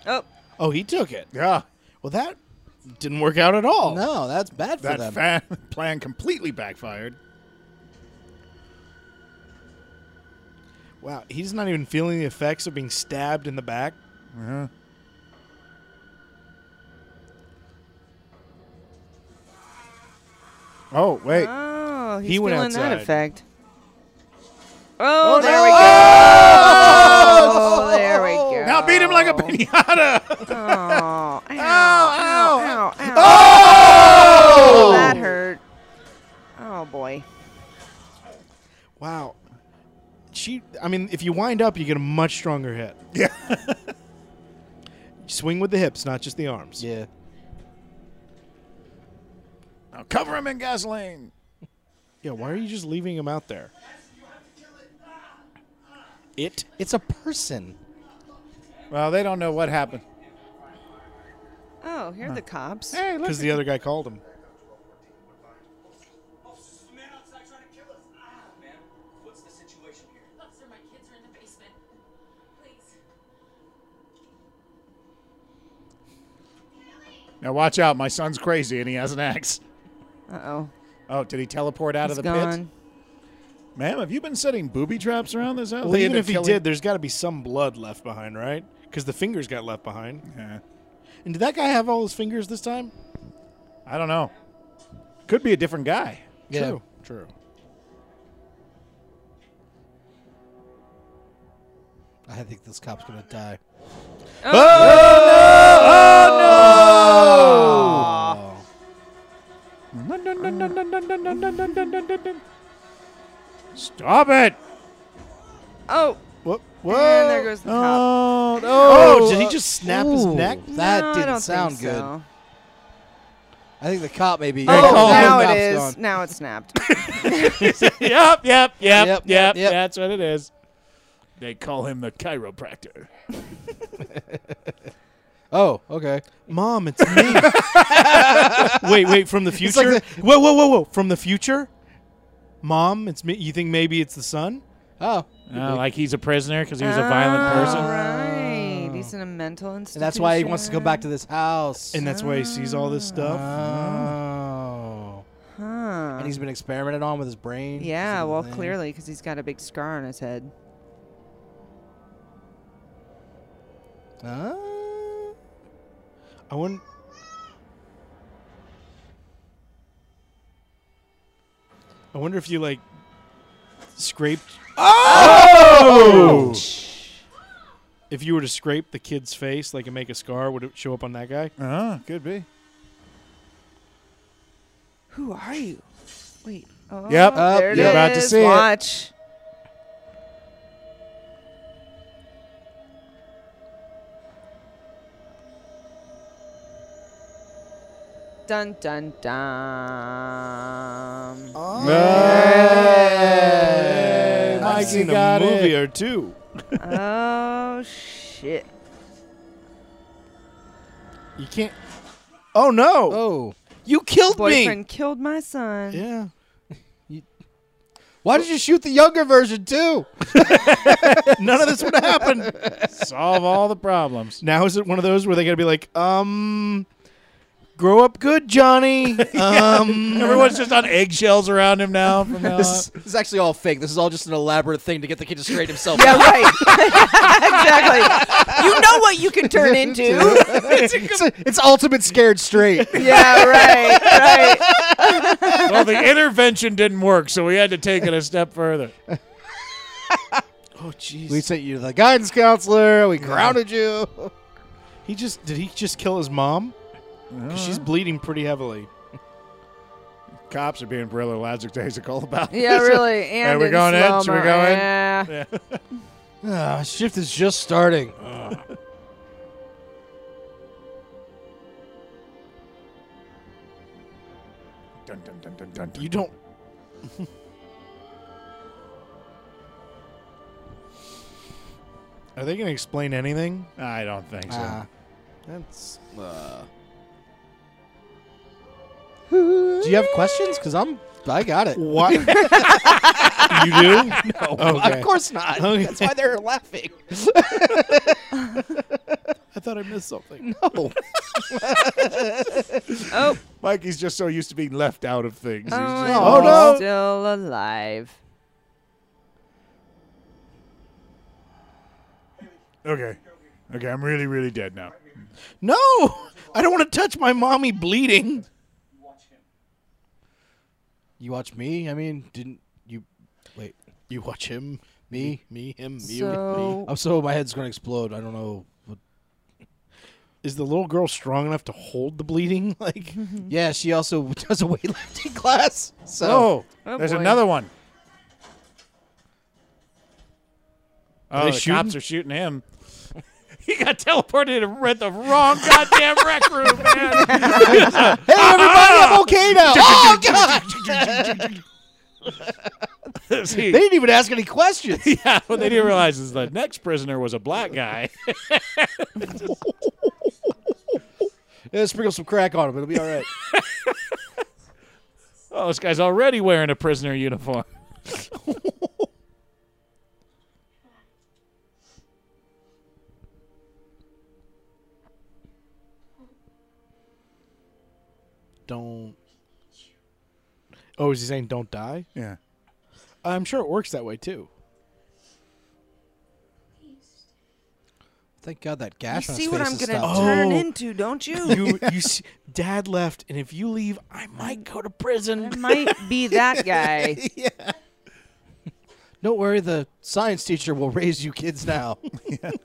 Oh,
Oh, he took it.
yeah.
Well, that didn't work out at all.
No, that's bad for
That
them.
fan plan completely backfired.
Wow, he's not even feeling the effects of being stabbed in the back.
Yeah. Oh wait!
oh, he's
He went
feeling
outside.
that effect. Oh, there
no.
we go. Oh, there we go.
now beat him like a pinata.
Oh, ow, ow, ow, ow. that hurt. Oh boy.
Wow. She, I mean, if you wind up, you get a much stronger hit.
yeah.
Swing with the hips, not just the arms.
Yeah.
Now cover him in gasoline.
Yeah, why are you just leaving him out there? It?
It's a person.
Well, they don't know what happened.
Oh, here are the cops.
Hey, look.
Because the other guy called him.
Officers, there's a man outside trying to kill us. Ah, man, what's the situation here?
Officer, my kids are in the basement. Please.
Now watch out! My son's crazy and he has an axe.
Uh oh.
Oh, did he teleport out
He's
of the pit?
gone.
Ma'am, have you been setting booby traps around this house?
Well,
They
even
end up
if he
killing-
did, there's got to be some blood left behind, right? Because the fingers got left behind.
Yeah.
And did that guy have all his fingers this time?
I don't know. Could be a different guy.
Yeah.
True. Oh, True.
I think this cop's gonna die.
Stop it!
Oh,
What? What?
and there goes the cop.
Oh, no.
Oh, did he just snap his
Ooh,
neck?
That
No, I
didn't
don't
sound
think
good.
so.
I think the cop may be.
They
Oh,
called
now
Cop's
it is.
gone.
Now it's snapped.
yep, yep, yep,
Yep,
yep,
yep, yep.
That's what it is. They call him the chiropractor.
Oh, okay.
Mom, it's me. wait, wait, from the
like
future? whoa, whoa, whoa, whoa. From the future? Mom, it's me. You think maybe it's the son?
Oh,
like he's a prisoner because he was a
All
violent person.
Ah, right. He's in a mental institution.
and that's why he wants to go back to this house.
And that's why he sees all this stuff.
oh.
on.
And he's been experimented on with his brain.
yeah,
Is it a
well,
thing?
clearly, because he's got a big scar on his head.
Ah.
I wouldn't. I wonder if you like scraped. Oh! If you were to scrape the kid's face, like and make a scar, would it show up on that guy?
Uh, could be.
Who are you? Wait. Oh,
Yep. Up.
There it
You're about to
is.
see it.
Watch. Dun dun dun.
Hey,
I've
Mikey
seen
got
a movie
it.
or two.
oh shit!
You can't. Oh no!
Oh, you killed
Boyfriend
me.
killed my son.
Yeah.
Why did you shoot the younger version too?
None of this would happen.
Solve all the problems.
Now is it one of those where they gotta be like, um, grow up good, Johnny. Um,
Everyone's just on eggshells around him now. From now on.
This is actually all fake. This is all just an elaborate thing to get the kid to straight himself.
Yeah, right. exactly. You know what you can turn into.
it's, it's, it's ultimate scared straight.
yeah, right, right.
well, the intervention didn't work, so we had to take it a step further.
oh jeez.
we sent you to the guidance counselor. We grounded you.
He just did. He just kill his mom. 'Cause She's bleeding pretty heavily.
Cops are being real lackadaisical about.
Yeah,
this.
really. And
Are we
in
going in?
slow-mo.
Should we go in?
Yeah.
Ah, shift is just starting.
Dun, dun, dun, dun, dun, dun.
You don't. Are they going to explain anything?
I don't think so.
Ah.
That's
uh, do you have questions? Because I'm, I got it.
what you do. No,
Of course not.
Okay.
That's why they're laughing.
I thought I missed something.
No.
Oh,
Mikey's just so used to being left out of things. He's
oh,
just-
and
no.
he's Still alive.
okay, okay, I'm really, really dead now.
No, I don't want to touch my mommy bleeding.
You watch me? I mean, didn't you? Wait,
You watch him,
me? Oh,
me, him, you, me.
So
I'm so my head's gonna explode. I don't know. What,
Is the little girl strong enough to hold the bleeding? Like,
Hmm.
yeah, she also does a weightlifting class. So
Oh,
Oh,
there's
boy.
another one. Oh,
they
the
shooting?
cops are shooting him. He got teleported and read the wrong goddamn rec room, man.
hey, everybody, I'm okay now. oh god,
See,
they didn't even ask any questions.
yeah, what they didn't realize is the next prisoner was a black guy.
yeah, sprinkle some crack on him. It'll be all right.
Oh, this guy's already wearing a prisoner uniform.
don't. Oh, is he saying don't die?
Yeah.
I'm sure it works that way too.
Thank God that
you
gash on his
see what
face
I'm
is
gonna
stopped.
turn
Oh.
into, don't you?
You, you, s- dad left, and if you leave, I might go to
I
prison.
might be that guy.
Don't worry, the science teacher will raise you kids now.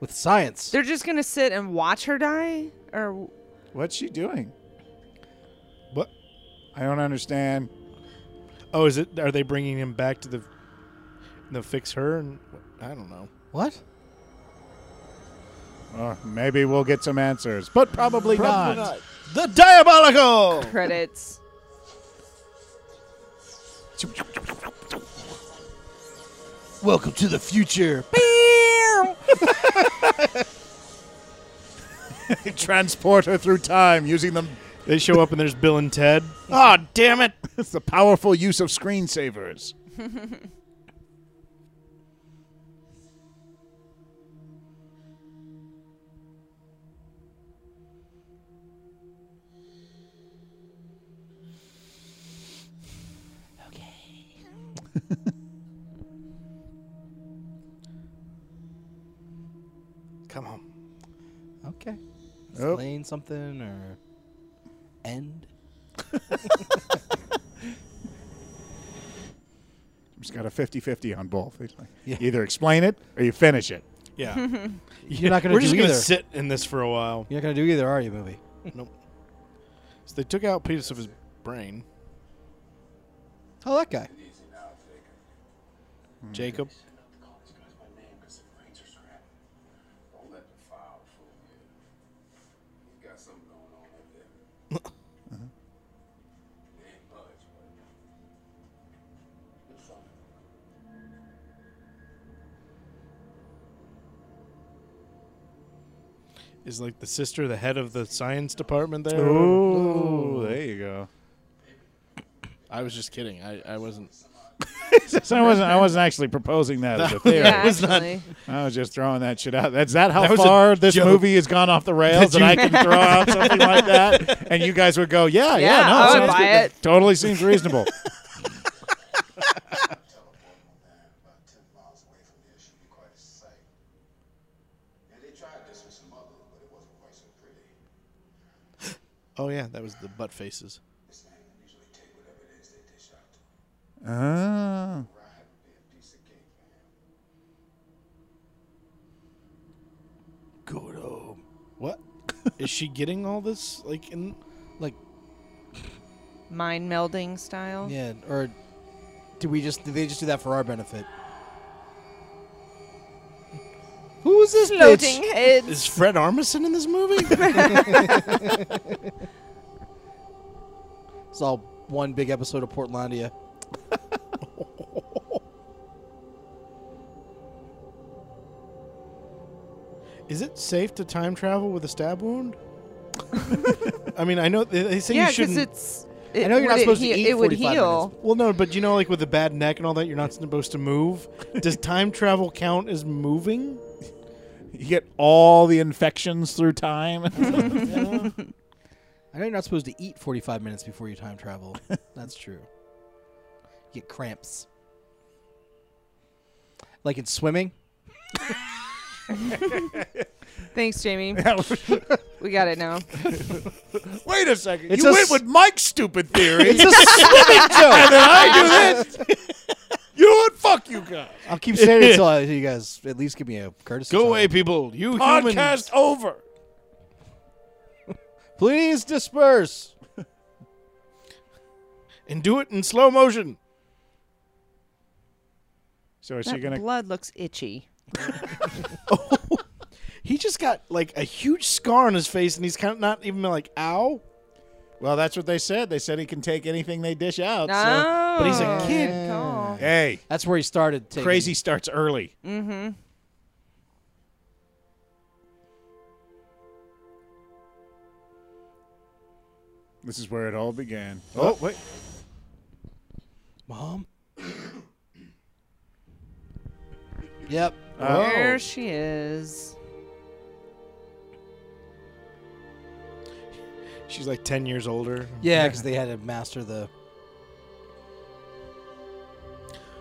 With science.
They're just gonna sit and watch her die, or
What's she doing?
What?
I don't understand.
Oh, is it? Are they bringing him back to the? The fix her and I don't know.
what?
Oh, maybe we'll get some answers, but probably, not.
The diabolical.
credits.
Welcome to the future.
Transport her through time using them. Ah,
They show up and there's Bill and Ted. Oh, damn it!
It's the powerful use of screensavers.
Come home.
Okay.
Oh.
Explain something or end.
Just got a 50 50 on both. It's like,
Yeah.
Either explain it or you finish it.
Yeah.
You're not gonna
We're
do
just gonna
either.
sit in this for a while.
You're not gonna do either, are you, movie?
Nope. So they took out pieces of his brain.
Oh, that guy.
Jacob.
Don't let the file fool you. He's got something going on up there. They ain't budge, but it's something.
Is like the sister, the head of the science department there.
Ooh, there you go.
I was just kidding. I, I wasn't.
So I wasn't. I wasn't actually proposing that as a theory.
Yeah, actually.
I was just throwing that shit out. That's that how
That was a
far this
joke.
movie has gone off the rails that,
That you-
I can throw out something like that, and you guys would go, "Yeah, yeah,
Yeah,
no,
I would
sounds
buy
good.
it.
Totally seems reasonable."
About 10 miles away from there should be quite a sight. Yeah, they tried this with some others, but it wasn't quite so pretty.
Oh yeah, that was the butt faces.
This thing will usually take whatever it is they dish out to.
Ah.
Ride would be a piece of cake for him.
Good home. What? Is she getting all this? Like in?
Like,
Mind melding style.
yeah,
Or do we just? Do they just do that for our benefit?
who's this
Floating
bitch?
heads.
Is Fred Armisen in this movie?
It's all one big episode of Portlandia.
Is it safe to time travel with a stab wound? I mean, I know they, they say
yeah,
you
because
shouldn't.
it's. It,
I know you're not
would it
supposed to
heal-
eat
It would
45
heal.
minutes.
well, no, but you know, like with a bad neck and all that, you're not supposed to move. Does time travel count as moving?
You get all the infections through time.
I know you're not supposed to eat 45 minutes before you time travel. That's true. You get cramps.
Like in swimming.
Thanks, Jamie. we got it now.
Wait a second.
It's
you
a
went
s-
with Mike's stupid theory,
It's a swimming joke.
and then I do this. You know what? Fuck you guys.
I'll keep saying it until I, you guys at least give me a courtesy.
Go
sign.
away, people! You humans.
Podcast over.
Please disperse.
and do it in slow motion.
So is she
That
gonna?
blood looks itchy.
He just got like a huge scar on his face, and he's kind of not even like ow.
Well, that's what they said. They said he can take anything they dish out. So.
No.
but he's a kid.
Good call.
Hey,
That's where he started. Taking,
crazy starts early.
Mm-hmm.
Mm-hmm. This is where it all began. Oh, wait.
Mom. yep.
Oh.
There she is.
She's like ten years older.
Yeah, because they had to master the.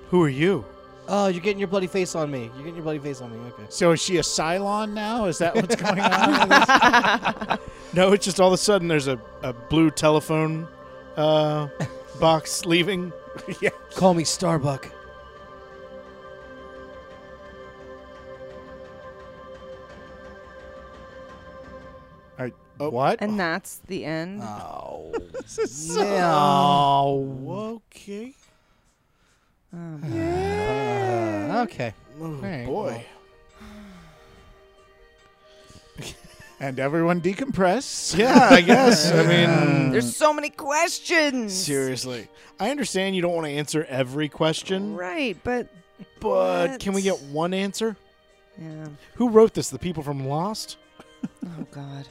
Who are you?
Oh, you're getting your bloody face on me. You're getting your bloody face on me. Okay.
So is she a Cylon now? Is that what's going on?
No, it's just all of a sudden there's a, a blue telephone uh, box leaving.
yeah.
Call me Starbuck.
I, What?
And that's the end.
Uh,
Oh.
Oh, okay.
Mm.
okay.
Boy.
And everyone decompress.
Yeah, I guess. I mean,
There's so many questions.
seriously. I understand you don't want to answer every question,
Right, but
but can we
What?
get one answer?
yeah.
Who wrote this? The people from Lost?
Oh God.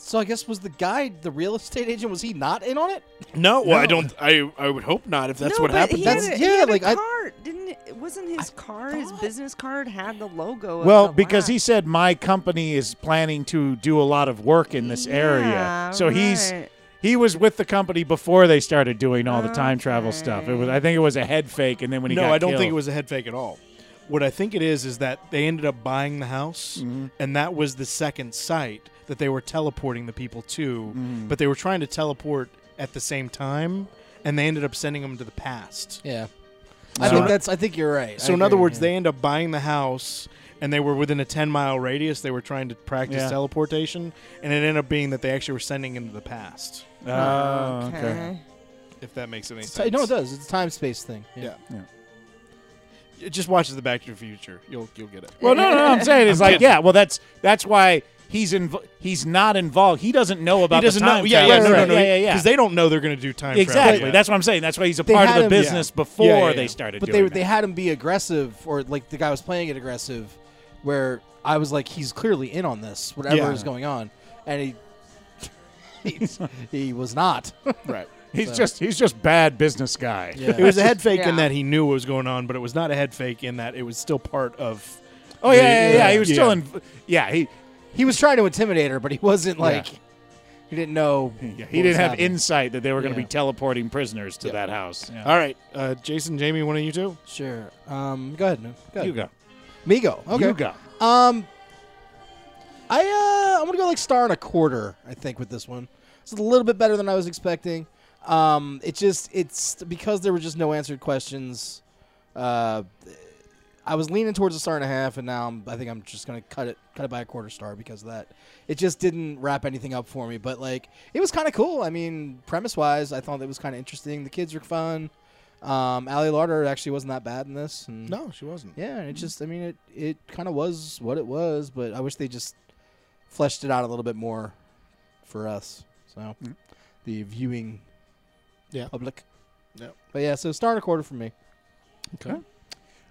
So I guess was the guy, the real estate agent, was he not in on it?
No, well, I don't. I I would hope not. If that's
no,
what
but
happened,
He
That's-
had a,
yeah,
he had
like,
a
I-
card. Didn't it, wasn't his car his business card had the logo? Of
Well,
the
because
lab.
he said my company is planning to do a lot of work in this area,
Yeah,
so he's
right.
he was with the company before they started doing all the time travel stuff. It was I think it was a head fake, and then when he
no,
got
I don't
killed-
think it was a head fake at all. What I think it is is that they ended up buying the house,
Mm-hmm.
and that was the second site that they were teleporting the people to.
Mm.
But they were trying to teleport at the same time, and they ended up sending them to the past.
Yeah. I think that's- I think you're right.
So
I
in other
agree,
words,
yeah.
they end up buying the house, and they were within a ten mile radius. They were trying to practice
Yeah.
teleportation, and it ended up being that they actually were sending into the past.
Oh, okay. Okay.
If that makes any
It's
sense.
ti- no, it does. It's a time space thing. Yeah.
Yeah.
Y- Just watch the Back to the Future. You'll you'll get it.
Well, no, no, no I'm saying is
I'm
like,
kidding.
yeah, well, that's that's why he's inv- he's not involved. He doesn't know about
he doesn't
the time
know. Yeah, yeah,
travel.
no, no, no,
yeah, yeah, yeah.
Because they don't know they're going to do time travel.
exactly.
Yeah.
That's what I'm saying. That's why he's a
They
part of
had
the
him-
business
yeah.
before
Yeah, yeah, yeah.
they started.
But
doing
they
that.
they had him be aggressive, or like the guy was playing it aggressive, where I was like, he's clearly in on this, whatever
Yeah.
is going on, and he he's, he was not.
right. He's
So-
just he's just bad business guy.
It was a head fake in that he knew what was going on, but it was not a head fake in that it was still part of.
Oh
the-
yeah, yeah, yeah, yeah. He was still in. Yeah, he
he was trying to intimidate her, but he wasn't
Yeah.
like he didn't know.
Yeah,
what
he didn't
was
have
happening.
insight that they were going to
Yeah.
be teleporting prisoners to that house. Yeah.
All right, uh, Jason, Jamie, one of you two.
Sure. Um, go ahead, man. Go ahead.
You go.
Me go. Okay.
You go.
Um, I uh, I'm gonna go like star and a quarter. I think with this one, it's a little bit better than I was expecting. Um, it just it's because there were just no answered questions. Uh, I was leaning towards a star and a half, and now I'm, I think I'm just gonna cut it cut it by a quarter star because of that it just didn't wrap anything up for me. But like it was kind of cool. I mean, premise wise, I thought it was kind of interesting. The kids were fun. Um, Ali Larder actually wasn't that bad in this. And
No, she wasn't.
Yeah, and it just I mean it it kind of was what it was, but I wish they just fleshed it out a little bit more for us. So
Mm-hmm.
the viewing
Yeah.
public.
Yep.
But yeah, so star and a quarter for me.
Okay.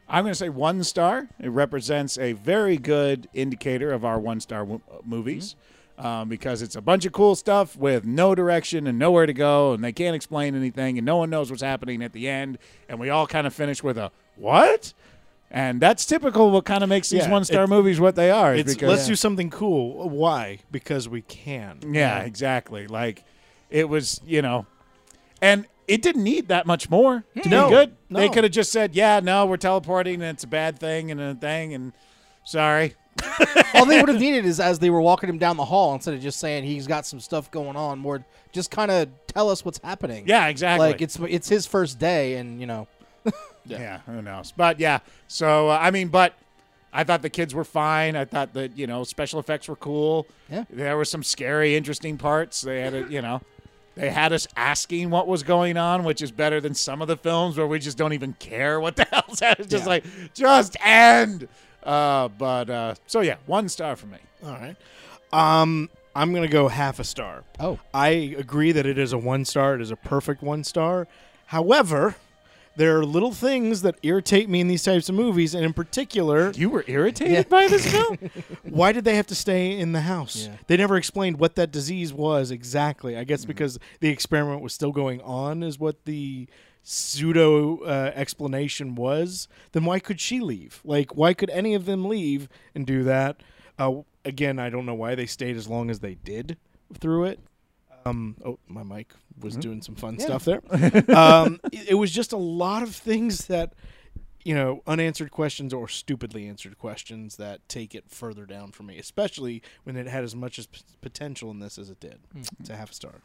I'm going to say one star. It represents a very good indicator of our one star w- movies um, because it's a bunch of cool stuff with no direction and nowhere to go, and they can't explain anything, and no one knows what's happening at the end. And we all kind of finish with a what? And that's typical what kind of makes these
Yeah,
one star
it-
movies what they are. is
It's,
because,
let's do something cool. Why? Because we can.
Yeah, exactly. Like it was, you know, and it didn't need that much more to
No,
be good. They
no.
could have just said, "Yeah, no, we're teleporting, and it's a bad thing, and a thing, and sorry."
All they would have needed is as they were walking him down the hall, instead of just saying he's got some stuff going on, more just kind of tell us what's happening.
Yeah, exactly.
Like it's it's his first day, and you know,
Yeah. who knows? But yeah, so uh, I mean, but I thought the kids were fine. I thought that you know special effects were cool.
Yeah,
there were some scary, interesting parts. They had a you know. They had us asking what was going on, which is better than some of the films where we just don't even care what the hell's happening. It's just
Yeah.
like, just end. Uh, but uh, so yeah, one star for me.
All right. Um, I'm gonna go half a star.
Oh,
I agree that it is a one star. It is a perfect one star. However, there are little things that irritate me in these types of movies, and in particular,
you were irritated by this film.
Why did they have to stay in the house? They never explained what that disease was exactly. I guess because the experiment was still going on, is what the pseudo uh, explanation was. Then why could she leave? Like, why could any of them leave and do that? Uh, again, I don't know why they stayed as long as they did through it. Um, oh, my mic was doing some fun
Yeah.
stuff there. um, it, it was just a lot of things that, you know, unanswered questions or stupidly answered questions that take it further down for me, especially when it had as much as p- potential in this as it did.
Mm-hmm.
It's a half star.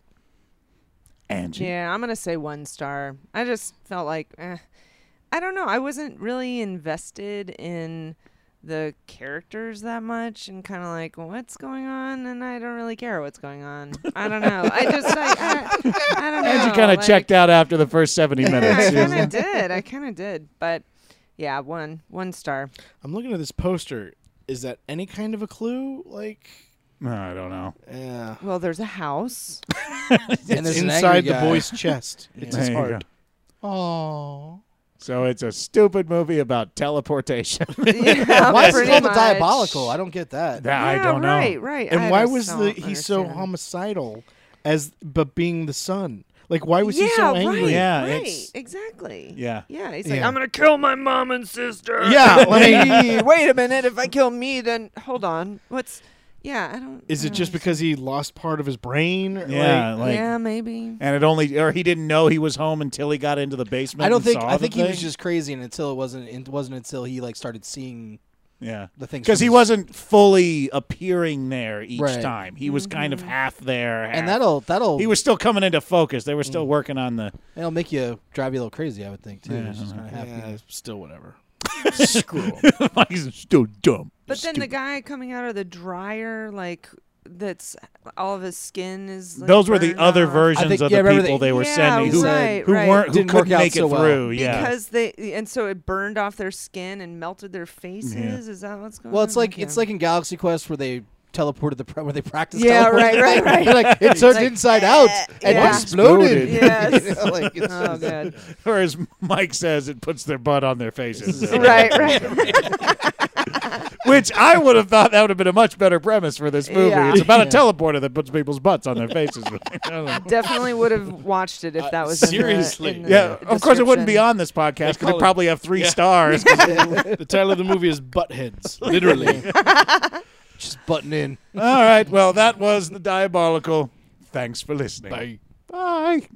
Angie.
Yeah, I'm gonna say one star. I just felt like, eh. I don't know. I wasn't really invested in the characters that much, and kind of like, what's going on? And I don't really care what's going on. I don't know. I just like, I, I don't know.
Angie kind of
Oh, like-
checked out after the first seventy
Yeah,
minutes.
I
She was
kind of
like,
did. I kind of did. But yeah, one one star.
I'm looking at this poster. Is that any kind of a clue? Like,
"No, I don't know.
yeah.
Well, there's a house.
It's inside the boy's chest. It's
There
his
you go.
heart.
oh,
So it's a stupid movie about teleportation.
why is it
pretty
called the
much.
diabolical? I don't get that.
That I
Yeah,
don't know.
Right, right.
And
I
why
just
was the
don't
he's so
understand.
homicidal as but being the son? Like why was
yeah,
he so angry?
Right,
Yeah,
right.
it's-
exactly.
yeah.
Yeah, he's like,
Yeah.
I'm gonna kill my mom and sister.
Yeah, I mean-
wait a minute. If I kill me, then hold on. What's Yeah, I don't.
Is
I
it
don't
just because he lost part of his brain? Or
Yeah,
like-
like
yeah, maybe.
And it only, or he didn't know he was home until he got into the basement.
I don't
and
think.
saw
I
the
think he
thing?
was just crazy, and until it wasn't. It wasn't until he like started seeing.
Yeah,
the things
because
from
he
his-
wasn't fully appearing there each
Right.
time. He was kind of half there, half.
And that'll that'll
he was still coming into focus. They were still working on the.
It'll make you drive you a little crazy, I would think too.
Yeah,
It's just
I
kinda happy.
Yeah, still whatever.
Screw him. He's still dumb.
But then the guy coming out of the dryer, like that's all of his skin is. Like,
Those were the
burned
other
off.
versions
think-
of
yeah,
the
remember
people
they-
they were
Yeah,
sending who,
right,
who
right.
weren't who
Didn't work
couldn't
out
make
so
it
well.
through. Yeah,
Because they and so it burned off their skin and melted their faces. Is that what's going on?
Well, it's like
Yeah.
it's like in Galaxy Quest where they teleported the pre- where they practiced.
Yeah,
teleporting.
right, right, right.
They're like it turned
Like,
inside out
eh,
and
yeah.
exploded.
Yes.
You know, like, it's
oh,
just-
good.
or as Mike says, it puts their butt on their faces.
right, right.
Which I would have thought that would have been a much better premise for this movie.
Yeah.
It's about
Yeah.
a teleporter that puts people's butts on their faces.
Definitely would have watched it if that was in the-
seriously.
in the
yeah, of course it wouldn't be
description.
on this podcast
They
because
call
it
it-
probably have three
Yeah.
stars.
the title of the movie is Buttheads, literally.
just button in.
All right, well that was the diabolical. Thanks for listening.
Bye.
Bye.